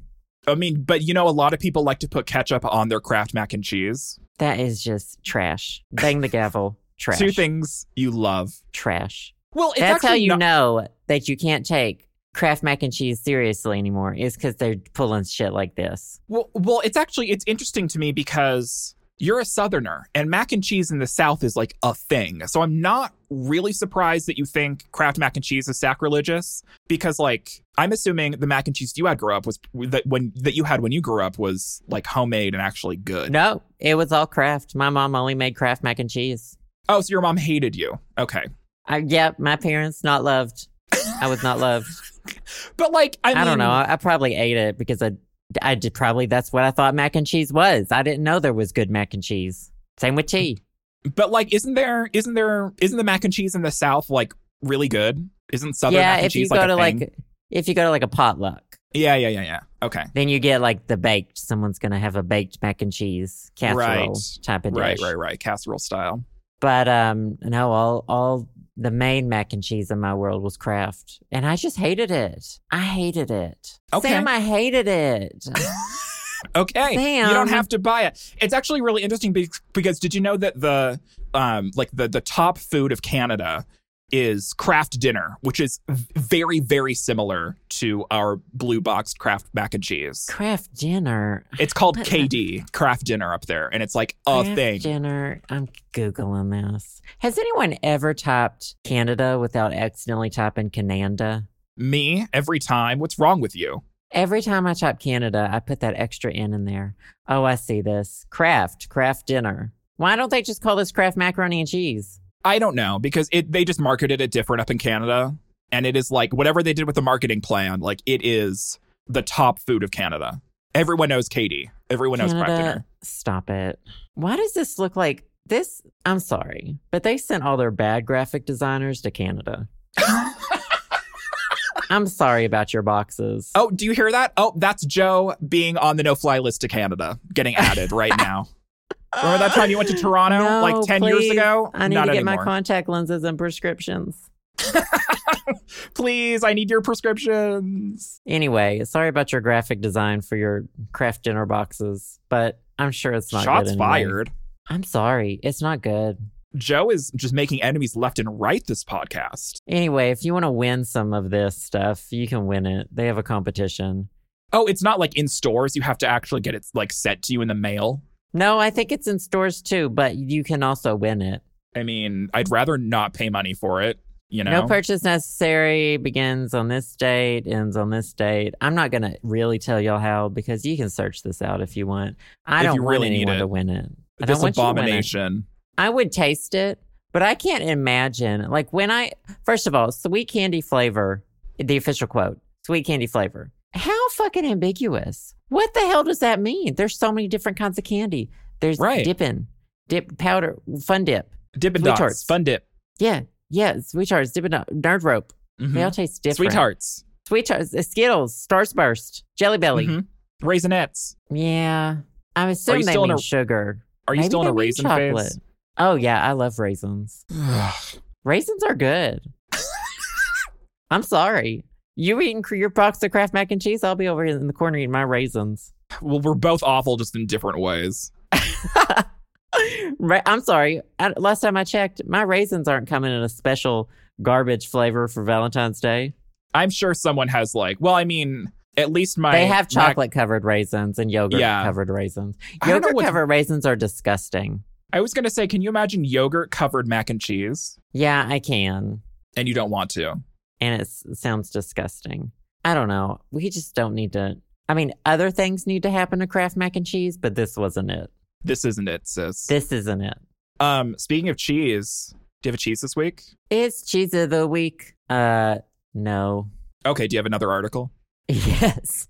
B: I mean, but you know, a lot of people like to put ketchup on their Kraft mac and cheese.
A: That is just trash. Bang the gavel. Trash.
B: Two things you love.
A: Trash.
B: Well, it's
A: That's how
B: actually
A: you
B: not-
A: know that you can't take Kraft mac and cheese seriously anymore is because they're pulling shit like this.
B: Well, well, it's actually it's interesting to me because you're a southerner and mac and cheese in the south is like a thing. So I'm not really surprised that you think Kraft mac and cheese is sacrilegious because like I'm assuming the mac and cheese you had grow up was that when that you had when you grew up was like homemade and actually good.
A: No, it was all Kraft. My mom only made Kraft mac and cheese.
B: Oh, so your mom hated you. Okay.
A: I, yeah, my parents not loved. I was not loved.
B: But like I,
A: I,
B: mean,
A: don't know. I, I probably ate it because I, I did probably that's what I thought mac and cheese was. I didn't know there was good mac and cheese. Same with tea.
B: But like isn't there isn't there isn't the mac and cheese in the south like really good? Isn't southern
A: yeah,
B: mac and
A: if
B: cheese
A: you go
B: like
A: to
B: a thing?
A: like if you go to like a potluck,
B: Yeah, yeah, yeah, yeah. Okay.
A: then you get like the baked. Someone's gonna have a baked mac and cheese casserole
B: Right.
A: type of
B: Right,
A: dish.
B: right, right. Casserole style.
A: But um, no, all all the main mac and cheese in my world was Kraft, and I just hated it. I hated it.
B: Okay.
A: Sam, I hated it.
B: Okay. You
A: Sam.
B: don't have to buy it. It's actually really interesting be- because did you know that the um like the the top food of Canada is craft dinner, which is v- very very similar to our blue boxed craft mac and cheese.
A: Kraft dinner.
B: It's called
A: What the-
B: KD, craft dinner up there, and it's like a
A: Kraft
B: thing.
A: Dinner. I'm googling this. Has anyone ever typed Canada without accidentally typing Canada?
B: Me every time. What's wrong with you?
A: Every time I chop Canada, I put that extra N in there. Oh, I see this. Kraft, Kraft dinner. Why don't they just call this Kraft macaroni and cheese?
B: I don't know because it they just marketed it different up in Canada, and it is like whatever they did with the marketing plan, like it is the top food of Canada. Everyone knows KD Everyone knows Brock
A: Canada,
B: Dinner.
A: Stop it. Why does this look like this? I'm sorry, but they sent all their bad graphic designers to Canada. I'm sorry about your boxes.
B: Oh, do you hear that? Oh, that's Joe being on the no fly list to Canada, getting added right now. Remember that time you went to Toronto
A: No,
B: like 10 years
A: please.
B: ago?
A: I need
B: Not
A: to get
B: anymore.
A: my contact lenses and prescriptions.
B: Please, I need your prescriptions.
A: Anyway, sorry about your graphic design for your craft dinner boxes, but I'm sure it's not
B: Shots
A: good anyway.
B: fired.
A: I'm sorry, it's not good.
B: Joe is just making enemies left and right this podcast.
A: Anyway, if you want to win some of this stuff, you can win it. They have a competition.
B: Oh, it's not like in stores. You have to actually get it like sent to you in the mail.
A: No, I think it's in stores too, but you can also win it.
B: I mean, I'd rather not pay money for it, you know?
A: No purchase necessary begins on this date, ends on this date. I'm not going to really tell y'all how because you can search this out if you want. I
B: If
A: don't
B: you
A: want
B: really need
A: anyone
B: it.
A: to win it. I don't
B: this
A: want you to win it.
B: abomination.
A: I would taste it, but I can't imagine. Like when I first of all, sweet candy flavor, the official quote, sweet candy flavor. How fucking ambiguous. What the hell does that mean? There's so many different kinds of candy. There's
B: Right.
A: dipping, dip powder, fun dip.
B: Dippin'
A: Sweet
B: Dots.
A: Tarts.
B: Fun dip.
A: Yeah. Yeah, sweet tarts, dipping nerd rope. They all taste different.
B: Mm-hmm. Sweet tarts.
A: Sweet tarts, uh, Skittles, Stars Burst, Jelly Belly.
B: Mhm. Raisinettes.
A: Yeah. I'm assuming they
B: still in
A: mean
B: a-
A: sugar.
B: Are you
A: Maybe
B: still in
A: they
B: a
A: mean
B: raisin
A: chocolate.
B: phase?
A: Oh yeah, I love raisins. Raisins are good. I'm sorry. You eating cr- your box of Kraft mac and cheese? I'll be over here in the corner eating my raisins.
B: well, we're both awful just in different ways.
A: Ra- I'm sorry. I, last time I checked, my raisins aren't coming in a special garbage flavor for Valentine's Day.
B: I'm sure someone has like, well, I mean, at least my
A: they have
B: my-
A: chocolate covered raisins and yogurt
B: Yeah.
A: covered raisins.
B: I don't know
A: Yogurt
B: what-
A: covered raisins are disgusting.
B: I was gonna say, can you imagine yogurt covered mac and cheese?
A: Yeah, I can.
B: And you don't want to.
A: and it's, it sounds disgusting. I don't know. We just don't need to. I mean, other things need to happen to Kraft mac and cheese, but this wasn't it.
B: This isn't it, sis.
A: This isn't it.
B: um, speaking of cheese, do you have a cheese this week?
A: It's cheese of the week. Uh, no.
B: Okay, do you have another article?
A: Yes.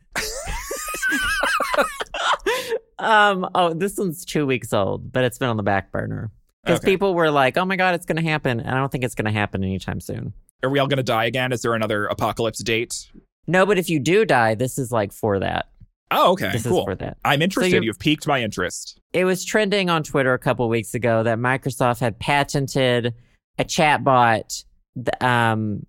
A: um. Oh, this one's two weeks old, but it's been on the back burner because
B: Okay.
A: people were like, "Oh my god, it's going to happen," and I don't think it's going to happen anytime soon.
B: Are we all gonna die again? Is there another apocalypse date?
A: No, but if you do die, this is like for that.
B: Oh, okay,
A: This is
B: cool.
A: for that.
B: I'm interested.
A: you're-
B: You've piqued my interest.
A: it was trending on Twitter a couple weeks ago that Microsoft had patented a chatbot th- um,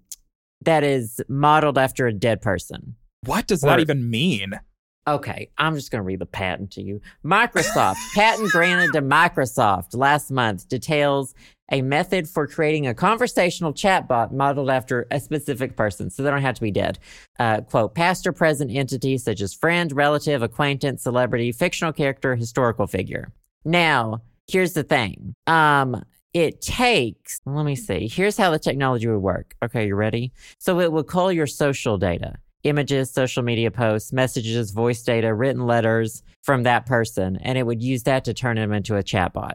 A: that is modeled after a dead person.
B: What does
A: Word.
B: that even mean?
A: Okay, I'm just going to read the patent to you. Microsoft, patent granted to Microsoft last month, details a method for creating a conversational chatbot modeled after a specific person, so they don't have to be dead. Uh, quote, past or present entities such as friend, relative, acquaintance, celebrity, fictional character, historical figure. Now, here's the thing. Um, it takes, let me see. Here's how the technology would work. Okay, you ready? So it would call your social data images, social media posts, messages, voice data, written letters from that person, and it would use that to turn them into a chatbot.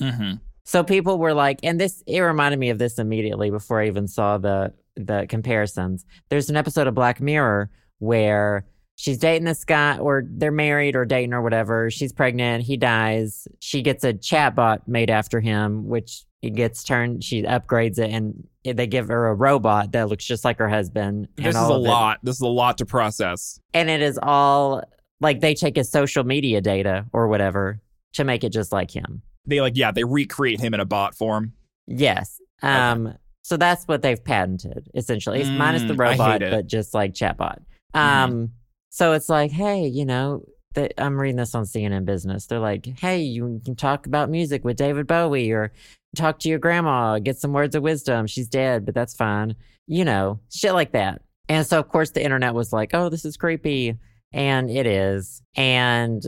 B: Mm-hmm.
A: So people were like, and this it reminded me of this immediately before I even saw the the comparisons. There's an episode of Black Mirror where she's dating this guy or they're married or dating or whatever. She's pregnant, he dies, she gets a chatbot made after him, which it gets turned she upgrades it and they give her a robot that looks just like her husband. and
B: This is
A: all
B: a
A: of it-
B: lot. This is a lot to process.
A: and it is all like they take his social media data or whatever to make it just like him.
B: They like, yeah, they recreate him in a bot form.
A: Yes. Um. So that's what they've patented essentially. It's minus the
B: Mm, I hate
A: robot,
B: it.
A: but just like chatbot. Um. So it's like, hey, you know, the, I'm reading this on CNN Business. They're like, hey, you can talk about music with David Bowie or talk to your grandma, get some words of wisdom. She's dead, but that's fine. You know, shit like that. And so, of course, the internet was like, oh, this is creepy. And it is. And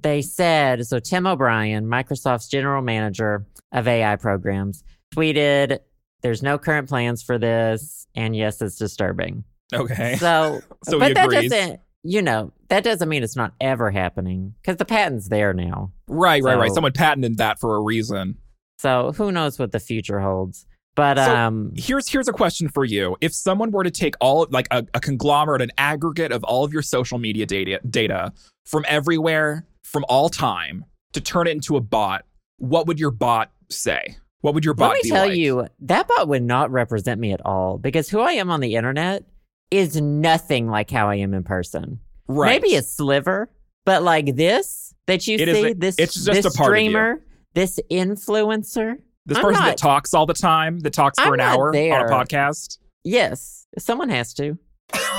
A: they said, so Tim O'Brien, Microsoft's general manager of AI programs, tweeted, there's no current plans for this. And yes, it's disturbing.
B: Okay.
A: So,
B: So he
A: but that
B: agrees.
A: doesn't, you know, that doesn't mean it's not ever happening because the patent's there now.
B: Right, right, right.
A: So-
B: Someone patented that for a reason.
A: So who knows what the future holds? But
B: So-
A: um,
B: Here's here's a question for you. If someone were to take all like a, a conglomerate, an aggregate of all of your social media data data from everywhere from all time to turn it into a bot, what would your bot say? What would your bot
A: Let
B: be
A: me tell
B: like?
A: you, that bot would not represent me at all because who I am on the internet is nothing like how I am in person.
B: right.
A: Maybe a sliver, but like this that you
B: It is
A: see,
B: a-
A: this
B: it's just
A: this
B: a part of you.
A: streamer, this influencer.
B: this
A: I'm
B: person
A: not-
B: that talks all the time, that talks for
A: I'm
B: an
A: not
B: hour on
A: there.
B: a podcast.
A: Yes, someone has to.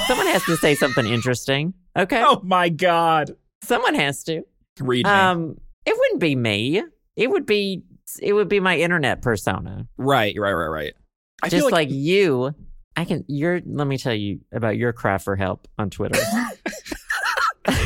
A: Someone has to say something interesting. Okay,
B: Oh my god.
A: someone has to.
B: Read me.
A: Um, it wouldn't be me. It would be it would be my internet persona.
B: right, right, right, right. I
A: just
B: feel
A: like,
B: like,
A: you i can you're let me tell you about your cry for help on twitter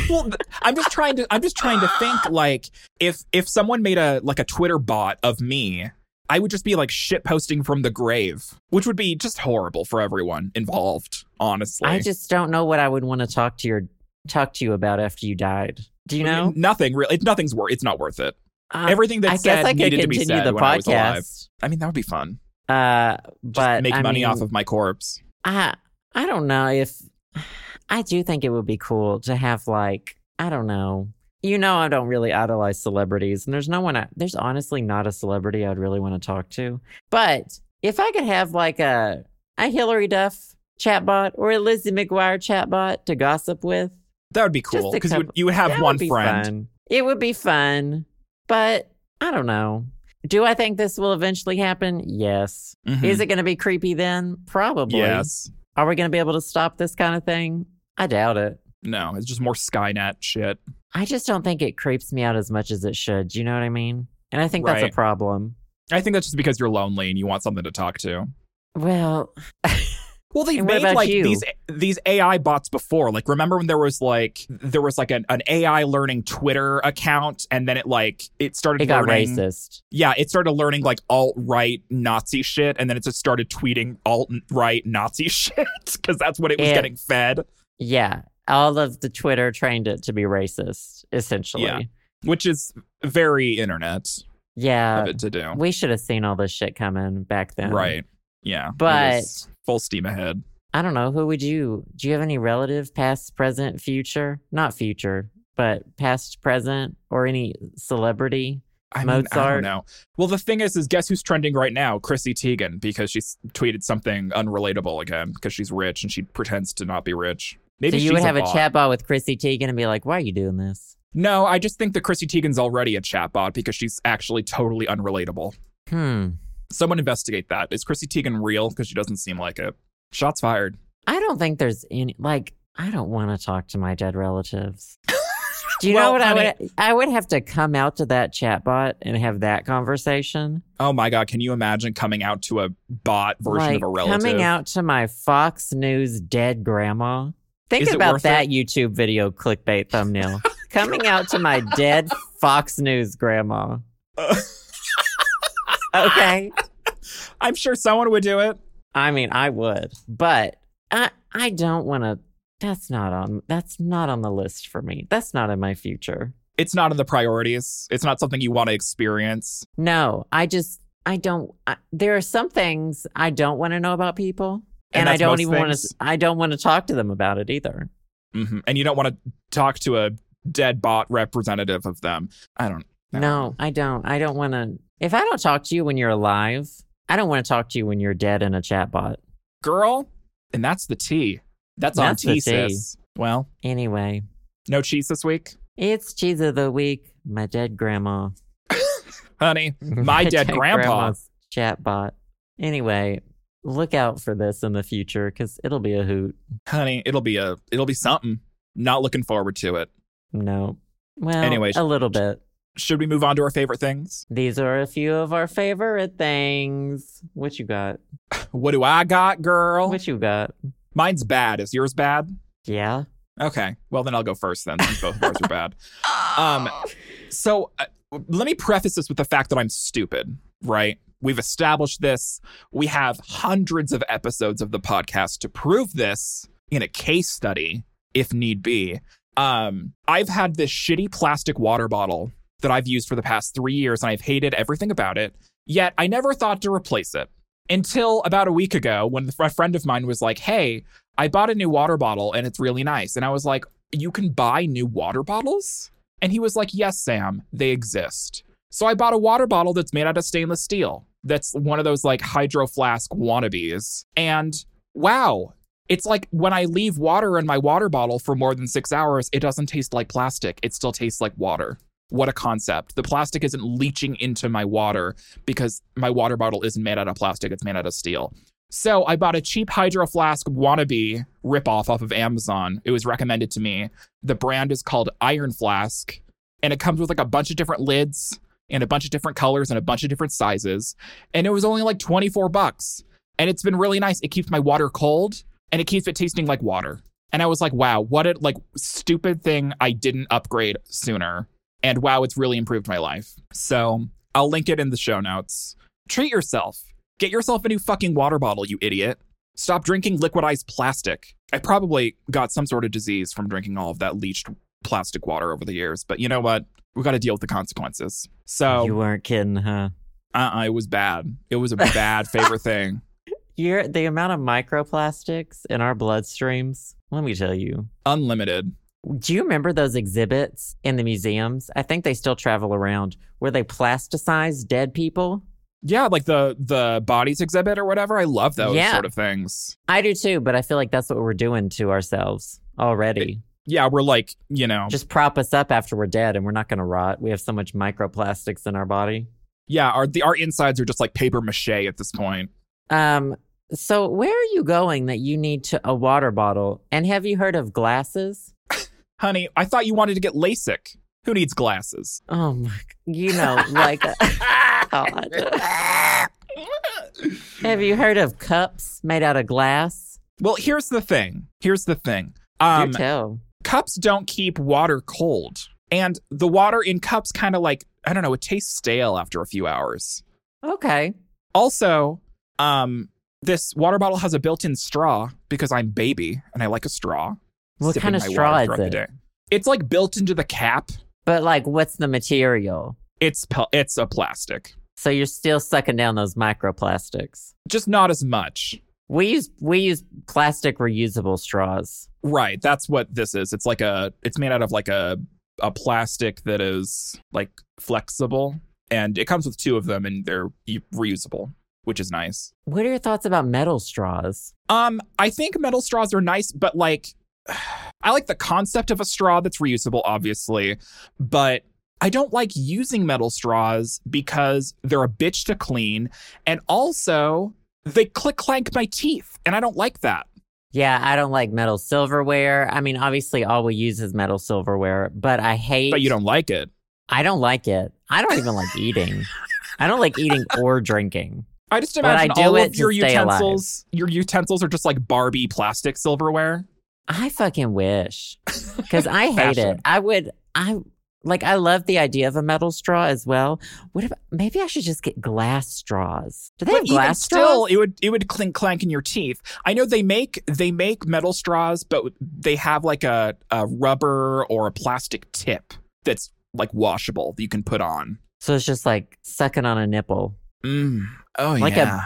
B: well, th- I'm just trying to I'm just trying to think like if if someone made a like a Twitter bot of me, I would just be like shit posting from the grave, which would be just horrible for everyone involved, honestly.
A: i just don't know what i would want to talk to your talk to you about after you died do you know
B: nothing really. It's nothing's worth. It's not worth it.
A: Uh,
B: Everything
A: i
B: that's said
A: guess i could
B: needed to be
A: continue
B: said
A: the
B: when I was alive.
A: podcast
B: I mean, that would be fun.
A: uh
B: Just
A: but
B: make
A: I
B: money
A: mean,
B: off of my corpse.
A: i i don't know if i do think it would be cool to have like i don't know you know i don't really idolize celebrities and there's no one I, there's honestly not a celebrity i'd really want to talk to But if I could have like a a Hillary Duff chatbot or a Lizzie McGuire chatbot to gossip with,
B: That would be cool
A: Just a
B: because you would
A: couple-
B: you would have
A: that
B: one
A: would be
B: friend.
A: Fun. It would be fun, but I don't know. Do I think this will eventually happen? Yes.
B: Mhm.
A: Is it going to be creepy then? Probably.
B: yes.
A: Are we going to be able to stop this kind of thing? I doubt it.
B: No, it's just more Skynet shit.
A: I just don't think it creeps me out as much as it should. You know what I mean? And I think that's
B: Right.
A: a problem.
B: I think that's just because you're lonely and you want something to talk to.
A: Well,
B: Well, they've
A: And what
B: made
A: about
B: like
A: you?
B: these these AI bots before. Like, remember when there was like there was like an, an AI learning Twitter account, and then it like it started
A: it got
B: learning.
A: racist.
B: Yeah, it started learning like alt right Nazi shit, and then it just started tweeting alt right Nazi shit because that's what it was
A: Yeah.
B: getting fed,
A: Yeah. All of the Twitter trained it to be racist, essentially.
B: Yeah. which is very internet
A: Yeah.
B: of it to do.
A: we should have seen all this shit coming back then.
B: Right. Yeah. it
A: But-
B: was full steam ahead.
A: I don't know. Who would you? Do you have any relative, past, present, future? Not future, but past, present, or any celebrity?
B: I mean, I don't
A: Mozart.
B: know. Well, the thing is, is guess who's trending right now? Chrissy Teigen, because she's tweeted something unrelatable again, because she's rich and she pretends to not be rich. Maybe
A: so you
B: she's
A: would have
B: a,
A: a
B: bot.
A: chatbot with Chrissy Teigen and be like, why are you doing this?
B: No, I just think that Chrissy Teigen's already a chatbot because she's actually totally unrelatable.
A: Hmm.
B: Someone investigate that. Is Chrissy Teigen real? Because she doesn't seem like it. Shots fired.
A: I don't think there's any, like, I don't want to talk to my dead relatives. Do you
B: Well,
A: know what I would? I would have to come out to that chatbot and have that conversation.
B: Oh my God, can you imagine coming out to a bot version
A: like,
B: of a relative?
A: Coming out to my Fox News dead grandma. Think
B: Is it Oh,
A: about
B: worth
A: that YouTube video clickbait thumbnail. coming out to my dead Fox News grandma.
B: Uh.
A: okay.
B: I'm sure someone would do it.
A: I mean, I would, but I I don't want to. That's not on. That's not on the list for me. That's not in my future.
B: It's not in the priorities. It's not something you want to experience.
A: No, I just I don't. I, there are some things I don't want to know about people,
B: And
A: and, I
B: that's most
A: don't even want
B: things?
A: to. I don't want to talk to them about it either.
B: hmm And you don't want to talk to a dead bot representative of them. I don't. I don't know.
A: No, I don't. I don't want to. If I don't talk to you when you're alive, I don't want to talk to you when you're dead in a chatbot.
B: girl. And that's the T. That's,
A: That's
B: on
A: the
B: T,
A: tea.
B: sis. Well,
A: Anyway,
B: no cheese this week,
A: it's cheese of the week. My dead grandma.
B: honey. My dead grandpa.
A: grandma's Chatbot. Anyway, look out for this in the future because it'll be a hoot.
B: Honey, it'll be a, it'll be something. Not looking forward to it.
A: No. Well,
B: Anyways.
A: a little bit.
B: Should we move on to our favorite things?
A: These are a few of our favorite things. What you got?
B: What do I got, girl?
A: What you got?
B: Mine's bad. Is yours bad?
A: Yeah.
B: Okay. Well, then I'll go first then. Since both of ours are bad. Um, so uh, let me preface this with the fact that I'm stupid, right? We've established this. We have hundreds of episodes of the podcast to prove this in a case study, if need be. Um, I've had this shitty plastic water bottle that I've used for the past three years, and I've hated everything about it. Yet I never thought to replace it until about a week ago when a friend of mine was like, "Hey, I bought a new water bottle, and it's really nice." And I was like, "You can buy new water bottles?" And he was like, Yes, Sam, they exist. So I bought a water bottle that's made out of stainless steel. That's one of those like hydro flask wannabes. And wow, it's like when I leave water in my water bottle for more than six hours, it doesn't taste like plastic. It still tastes like water. What a concept. The plastic isn't leaching into my water because my water bottle isn't made out of plastic, it's made out of steel. So I bought a cheap Hydro Flask wannabe ripoff off of Amazon. It was recommended to me. The brand is called Iron Flask, and it comes with like a bunch of different lids and a bunch of different colors and a bunch of different sizes. And it was only like 24 bucks. And it's been really nice. It keeps my water cold and it keeps it tasting like water. And I was like, wow, what a like stupid thing I didn't upgrade sooner. And wow, it's really improved my life. So I'll link it in the show notes. Treat yourself. Get yourself a new fucking water bottle, you idiot. Stop drinking liquidized plastic. I probably got some sort of disease from drinking all of that leached plastic water over the years, but you know what? We got to deal with the consequences. So
A: You weren't kidding, huh?
B: uh-uh, it was bad. It was a bad favorite thing.
A: You're, the amount of microplastics in our bloodstreams, let me tell you.
B: Unlimited.
A: Do you remember those exhibits in the museums? I think they still travel around where they plasticize dead people.
B: Yeah, like the the bodies exhibit or whatever. I love those
A: Yeah.
B: sort of things.
A: I do too, but I feel like that's what we're doing to ourselves already.
B: Yeah, we're like, you know,
A: Just prop us up after we're dead and we're not going to rot. We have so much microplastics in our body.
B: yeah, our the our insides are just like paper mache at this point.
A: Um, so where are you going that you need to, a water bottle? And have you heard of glasses?
B: Honey, I thought you wanted to get LASIK. Who needs glasses?
A: Oh my, you know, like, God. have you heard of cups made out of glass?
B: well, here's the thing. Here's the thing.
A: you
B: Um
A: tell.
B: cups don't keep water cold. And the water in cups kind of like, I don't know, it tastes stale after a few hours.
A: Okay.
B: Also, um this water bottle has a built-in straw because I'm baby and I like a straw.
A: What
B: sipping
A: kind of
B: my
A: straw
B: water
A: is
B: throughout
A: it?
B: the day. It's like built into the cap.
A: But like, what's the material?
B: It's pel- it's a plastic,
A: So you're still sucking down those microplastics.
B: just not as much.
A: We use we use plastic reusable straws.
B: Right, that's what this is. It's like a it's made out of like a a plastic that is like flexible, and it comes with two of them, and they're e- reusable, which is nice.
A: What are your thoughts about metal straws?
B: Um, I think metal straws are nice, but like, I like the concept of a straw that's reusable, obviously, but I don't like using metal straws because they're a bitch to clean, and also they click clank my teeth, and I don't like that.
A: Yeah, I don't like metal silverware. I mean, obviously, all we use is metal silverware, but I hate.
B: But you don't like it.
A: I don't like it. I don't even like eating. I don't like eating or drinking.
B: I just
A: I
B: imagine
A: do
B: all
A: it
B: of
A: to
B: your
A: stay alive.
B: utensils, your utensils are just like Barbie plastic silverware.
A: I fucking wish, because I hate it.
B: Fashion.
A: I would. I like. I love the idea of a metal straw as well. What if maybe I should just get glass straws? Do they have
B: But even
A: glass straws?
B: still, it would it would clink clank in your teeth. I know they make they make metal straws, but they have like a, a rubber or a plastic tip that's like washable that you can put on.
A: So it's just like sucking on a nipple,
B: Mm. Oh
A: Like a-
B: yeah,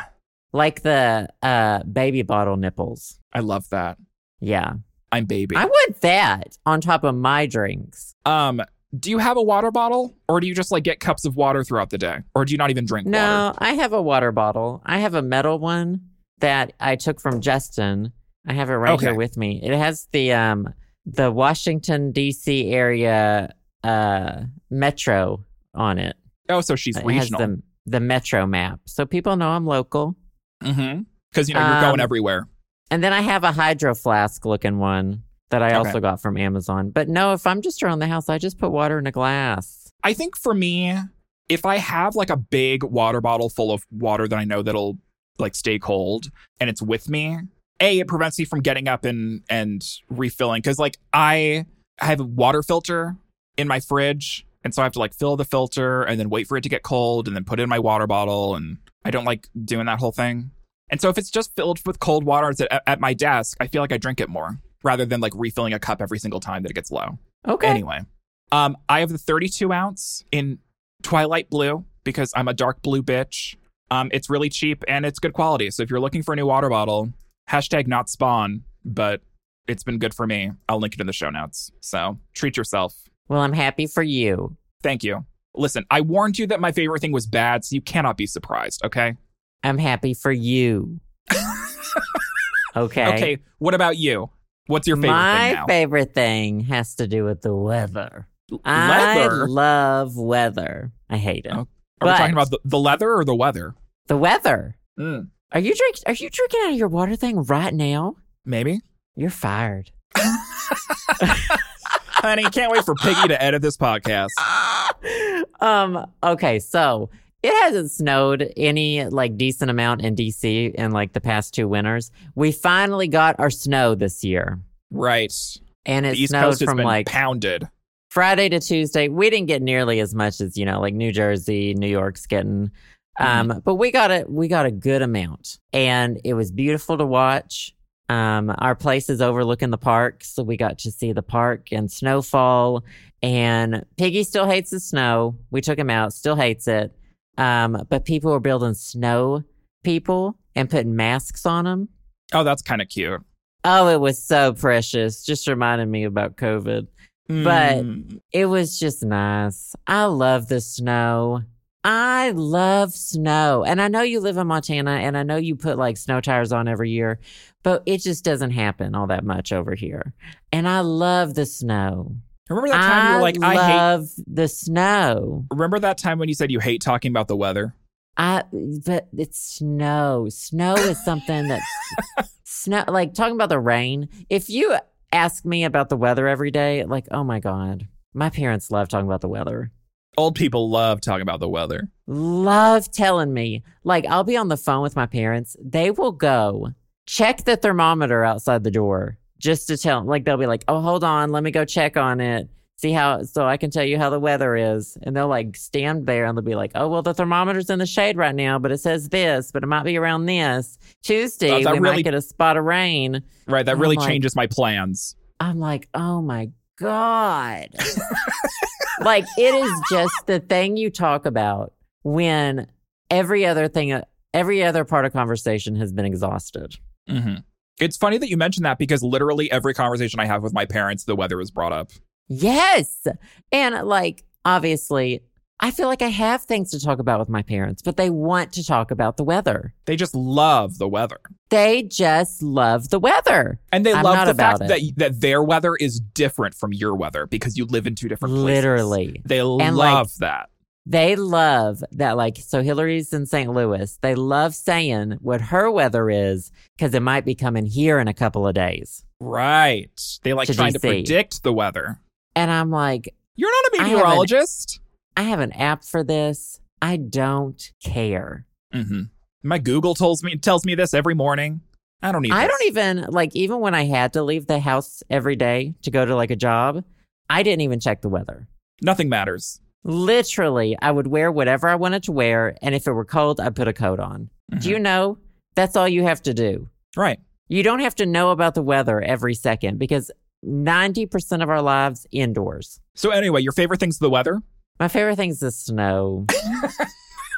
A: like the uh, baby bottle nipples.
B: I love that.
A: Yeah,
B: I'm baby.
A: I want that on top of my drinks.
B: um, do you have a water bottle, or do you just like get cups of water throughout the day, or do you not even drink water?
A: No, I have a water bottle. I have a metal one that I took from Justin. I have it right here
B: Okay.
A: with me. It has the um the Washington D.C. area uh metro on it.
B: Oh, so she's
A: it has
B: regional.
A: the the metro map, so people know I'm local.
B: mm-hmm. Because you know you're
A: Um,
B: going everywhere.
A: And then I have a hydro flask looking one that I
B: Okay.
A: also got from Amazon. But no, if I'm just around the house, I just put water in a glass.
B: I think for me, if I have like a big water bottle full of water that I know that'll like stay cold and it's with me, A, it prevents me from getting up and and refilling. Cause like I I have a water filter in my fridge. And so I have to like fill the filter and then wait for it to get cold and then put it in my water bottle. And I don't like doing that whole thing. And so if it's just filled with cold water it's at, at my desk, I feel like I drink it more rather than like refilling a cup every single time that it gets low.
A: Okay.
B: Anyway, um, I have the 32 ounce in twilight blue because I'm a dark blue bitch. Um, it's really cheap and it's good quality. So if you're looking for a new water bottle, hashtag not spawn, but it's been good for me. I'll link it in the show notes. So treat yourself.
A: Well, I'm happy for you.
B: Thank you. Listen, I warned you that my favorite thing was bad, so you cannot be surprised, okay?
A: I'm happy for you. okay.
B: Okay, what about you? What's your favorite
A: My
B: thing now?
A: favorite thing has to do with the weather. I
B: leather?
A: love weather. I hate it.
B: Oh. Are we
A: but-
B: talking about the, the leather or the weather?
A: The weather.
B: Mm,
A: Are you drink? Are you drinking out of your water thing right now?
B: maybe.
A: You're fired.
B: Honey, can't wait for Piggy to edit this podcast.
A: um. Okay. So it hasn't snowed any like decent amount in DC in like the past two winters. We finally got our snow this year,
B: Right.
A: and it
B: the East
A: snowed
B: Coast has
A: from
B: been
A: like
B: pounded.
A: Friday to Tuesday, we didn't get nearly as much as you know, like New Jersey, New York's getting. Um, But we got a we got a good amount, and it was beautiful to watch. Um, our place is overlooking the park, so we got to see the park and snowfall. And Piggy still hates the snow. We took him out, still hates it. Um, but people were building snow people and putting masks on them.
B: Oh, that's kind of cute.
A: Oh, it was so precious. Just reminded me about COVID. But-
B: Mm,
A: It was just nice. I love the snow. I love snow. And I know you live in Montana and I know you put like snow tires on every year, but it just doesn't happen all that much over here. And I love the snow.
B: remember that time you
A: I
B: were like, I hate.
A: love the snow.
B: Remember that time when you said you hate talking about the weather?
A: I but it's snow. Snow is something that's snow like talking about the rain. If you ask me about the weather every day, like, oh my God. My parents love talking about the weather.
B: Old people love talking about the weather.
A: love telling me, like, I'll be on the phone with my parents. They will go check the thermometer outside the door just to tell, like, they'll be like, oh, hold on, let me go check on it. See how, so I can tell you how the weather is. And they'll like stand there and they'll be like, oh, well, the thermometer's in the shade right now, but it says this, but it might be around this. Tuesday,
B: That's- I
A: we
B: really-
A: might get a spot of rain.
B: Right. That
A: I'm
B: really
A: like-
B: changes my plans.
A: I'm like, oh my God. like, it is just the thing you talk about when every other thing, uh, every other part of conversation has been exhausted.
B: hmm It's funny that you mentioned that because literally every conversation I have with my parents, the weather is brought up.
A: Yes. And like, obviously, I feel like I have things to talk about with my parents, but they want to talk about the weather.
B: They just love the weather.
A: They just love the weather.
B: And they
A: I'm
B: love
A: not
B: the
A: about
B: fact that, that their weather is different from your weather because you live in two different places.
A: Literally.
B: They
A: And, like,
B: love that.
A: They love that, like, so Hillary's in St. Louis. They love saying what her weather is because it might be coming here in a couple of days.
B: Right. They like
A: To
B: trying to
A: DC.
B: predict the weather.
A: And I'm like,
B: You're not
A: I
B: a
A: haven't-
B: meteorologist.
A: I have an app for this. I don't care.
B: hmm My Google tells me tells me this every morning. I don't need.
A: I
B: this.
A: don't even, like, even when I had to leave the house every day to go to like a job, I didn't even check the weather.
B: Nothing matters.
A: Literally, I would wear whatever I wanted to wear. And if it were cold, I'd put a coat on. Do you know? That's all you have to do.
B: Right.
A: You don't have to know about the weather every second because 90% of our lives indoors.
B: So anyway, your favorite thing's the weather.
A: My favorite thing's the snow.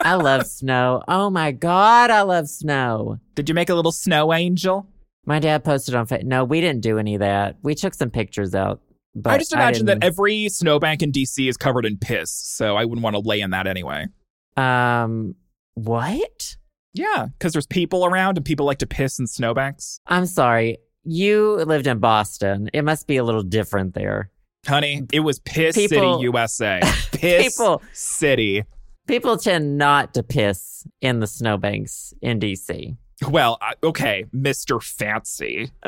A: I love snow. Oh my God, I love snow.
B: Did you make a little snow angel?
A: My dad posted on Facebook. No, we didn't do any of that. We took some pictures out. But
B: I just imagine that
A: didn't-
B: every snowbank in DC is covered in piss, so I wouldn't want to lay in that anyway.
A: Um, what?
B: Yeah, because there's people around and people like to piss in snowbanks.
A: I'm sorry. You lived in Boston. It must be a little different there.
B: Honey, it was Piss
A: People-
B: City, USA. Piss
A: People,
B: City.
A: people tend not to piss in the snowbanks in D.C.
B: Well, I- okay, Mr. Fancy.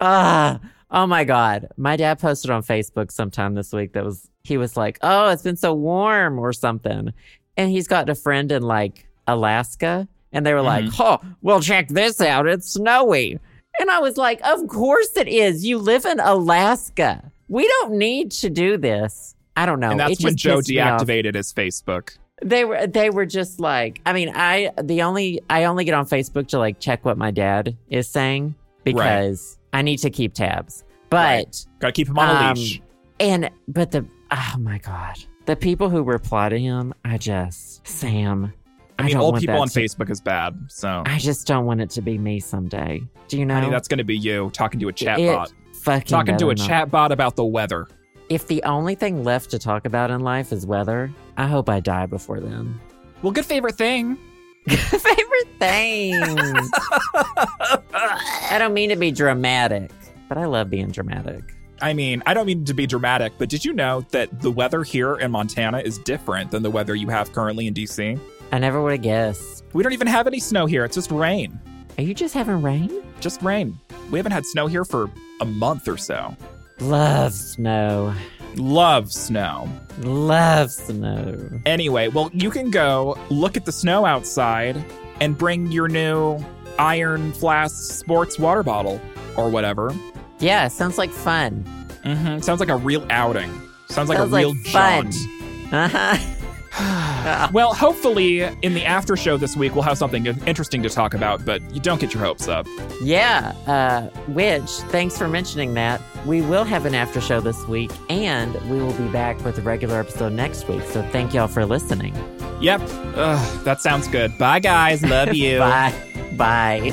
A: Ah, oh my God. My dad posted on Facebook sometime this week that was, he was like, oh, it's been so warm or something. And he's got a friend in like Alaska. And they were
B: Mm-hmm.
A: like, oh, well, check this out. It's snowy. And I was like, of course it is. You live in Alaska. We don't need to do this. I don't know.
B: and that's
A: It
B: when
A: just
B: Joe
A: pissed me off
B: deactivated his Facebook.
A: they were they were just like i mean i the only i only get on facebook to like check what my dad is saying because i need to keep tabs but
B: Right. Gotta keep him on a
A: Um,
B: leash.
A: and but the oh my god the people who reply to him i just sam
B: I mean,
A: don't
B: old
A: want
B: people
A: that
B: on
A: to-
B: Facebook is bad. So,
A: i just don't want it to be me someday do you know
B: honey, that's going to be you talking to a chat
A: it
B: bot.
A: fucking
B: Talking to
A: better
B: a
A: not.
B: chatbot about the weather.
A: If the only thing left to talk about in life is weather, I hope I die before then.
B: Well, good favorite thing.
A: Favorite thing. I don't mean to be dramatic, but I love being dramatic.
B: I mean, I don't mean to be dramatic, but did you know that the weather here in Montana is different than the weather you have currently in DC?
A: I never would have guessed.
B: We don't even have any snow here. It's just rain.
A: Are you just having rain?
B: Just rain. We haven't had snow here for a month or so.
A: Love snow.
B: Love snow.
A: Love snow.
B: Anyway, well, you can go look at the snow outside and bring your new iron flask sports water bottle or whatever.
A: Yeah, sounds like fun.
B: hmm Sounds like a real outing. Sounds like
A: Sounds
B: a
A: like
B: real
A: fun.
B: jaunt.
A: Uh-huh.
B: Well, hopefully in the after show this week we'll have something interesting to talk about, but you don't get your hopes up.
A: Yeah, uh, which, thanks for mentioning that. We will have an after show this week, and we will be back with a regular episode next week. So thank y'all for listening.
B: Yep. Ugh, that sounds good. Bye guys. Love you.
A: Bye. Bye.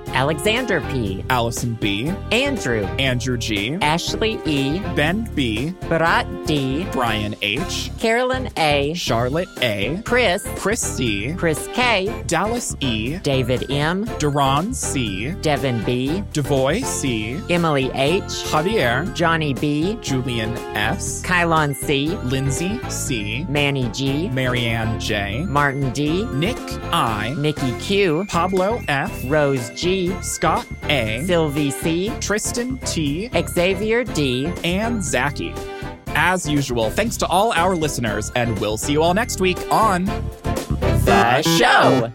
A: Alexander P.,
B: Allison B,
A: Andrew,
B: Andrew G,
A: Ashley E.,
B: Ben B,
A: Barat D.,
B: Brian H,
A: Carolyn A.,
B: Charlotte A,
A: Chris,
B: Chris C,
A: Chris K.,
B: Dallas E,
A: David M.,
B: Duran C,
A: Devin B.,
B: Devoy C,
A: Emily H.,
B: Javier,
A: Johnny B.,
B: Julian S,
A: Kylon C.,
B: Lindsay C,
A: Manny G.,
B: Marianne J,
A: Martin D.,
B: Nick I,
A: Nikki Q,
B: Pablo F,
A: Rose G,
B: Scott A,
A: Sylvie C,
B: Tristan T,
A: Xavier D.
B: and Zachy. As usual, thanks to all our listeners, and we'll see you all next week on
A: The show!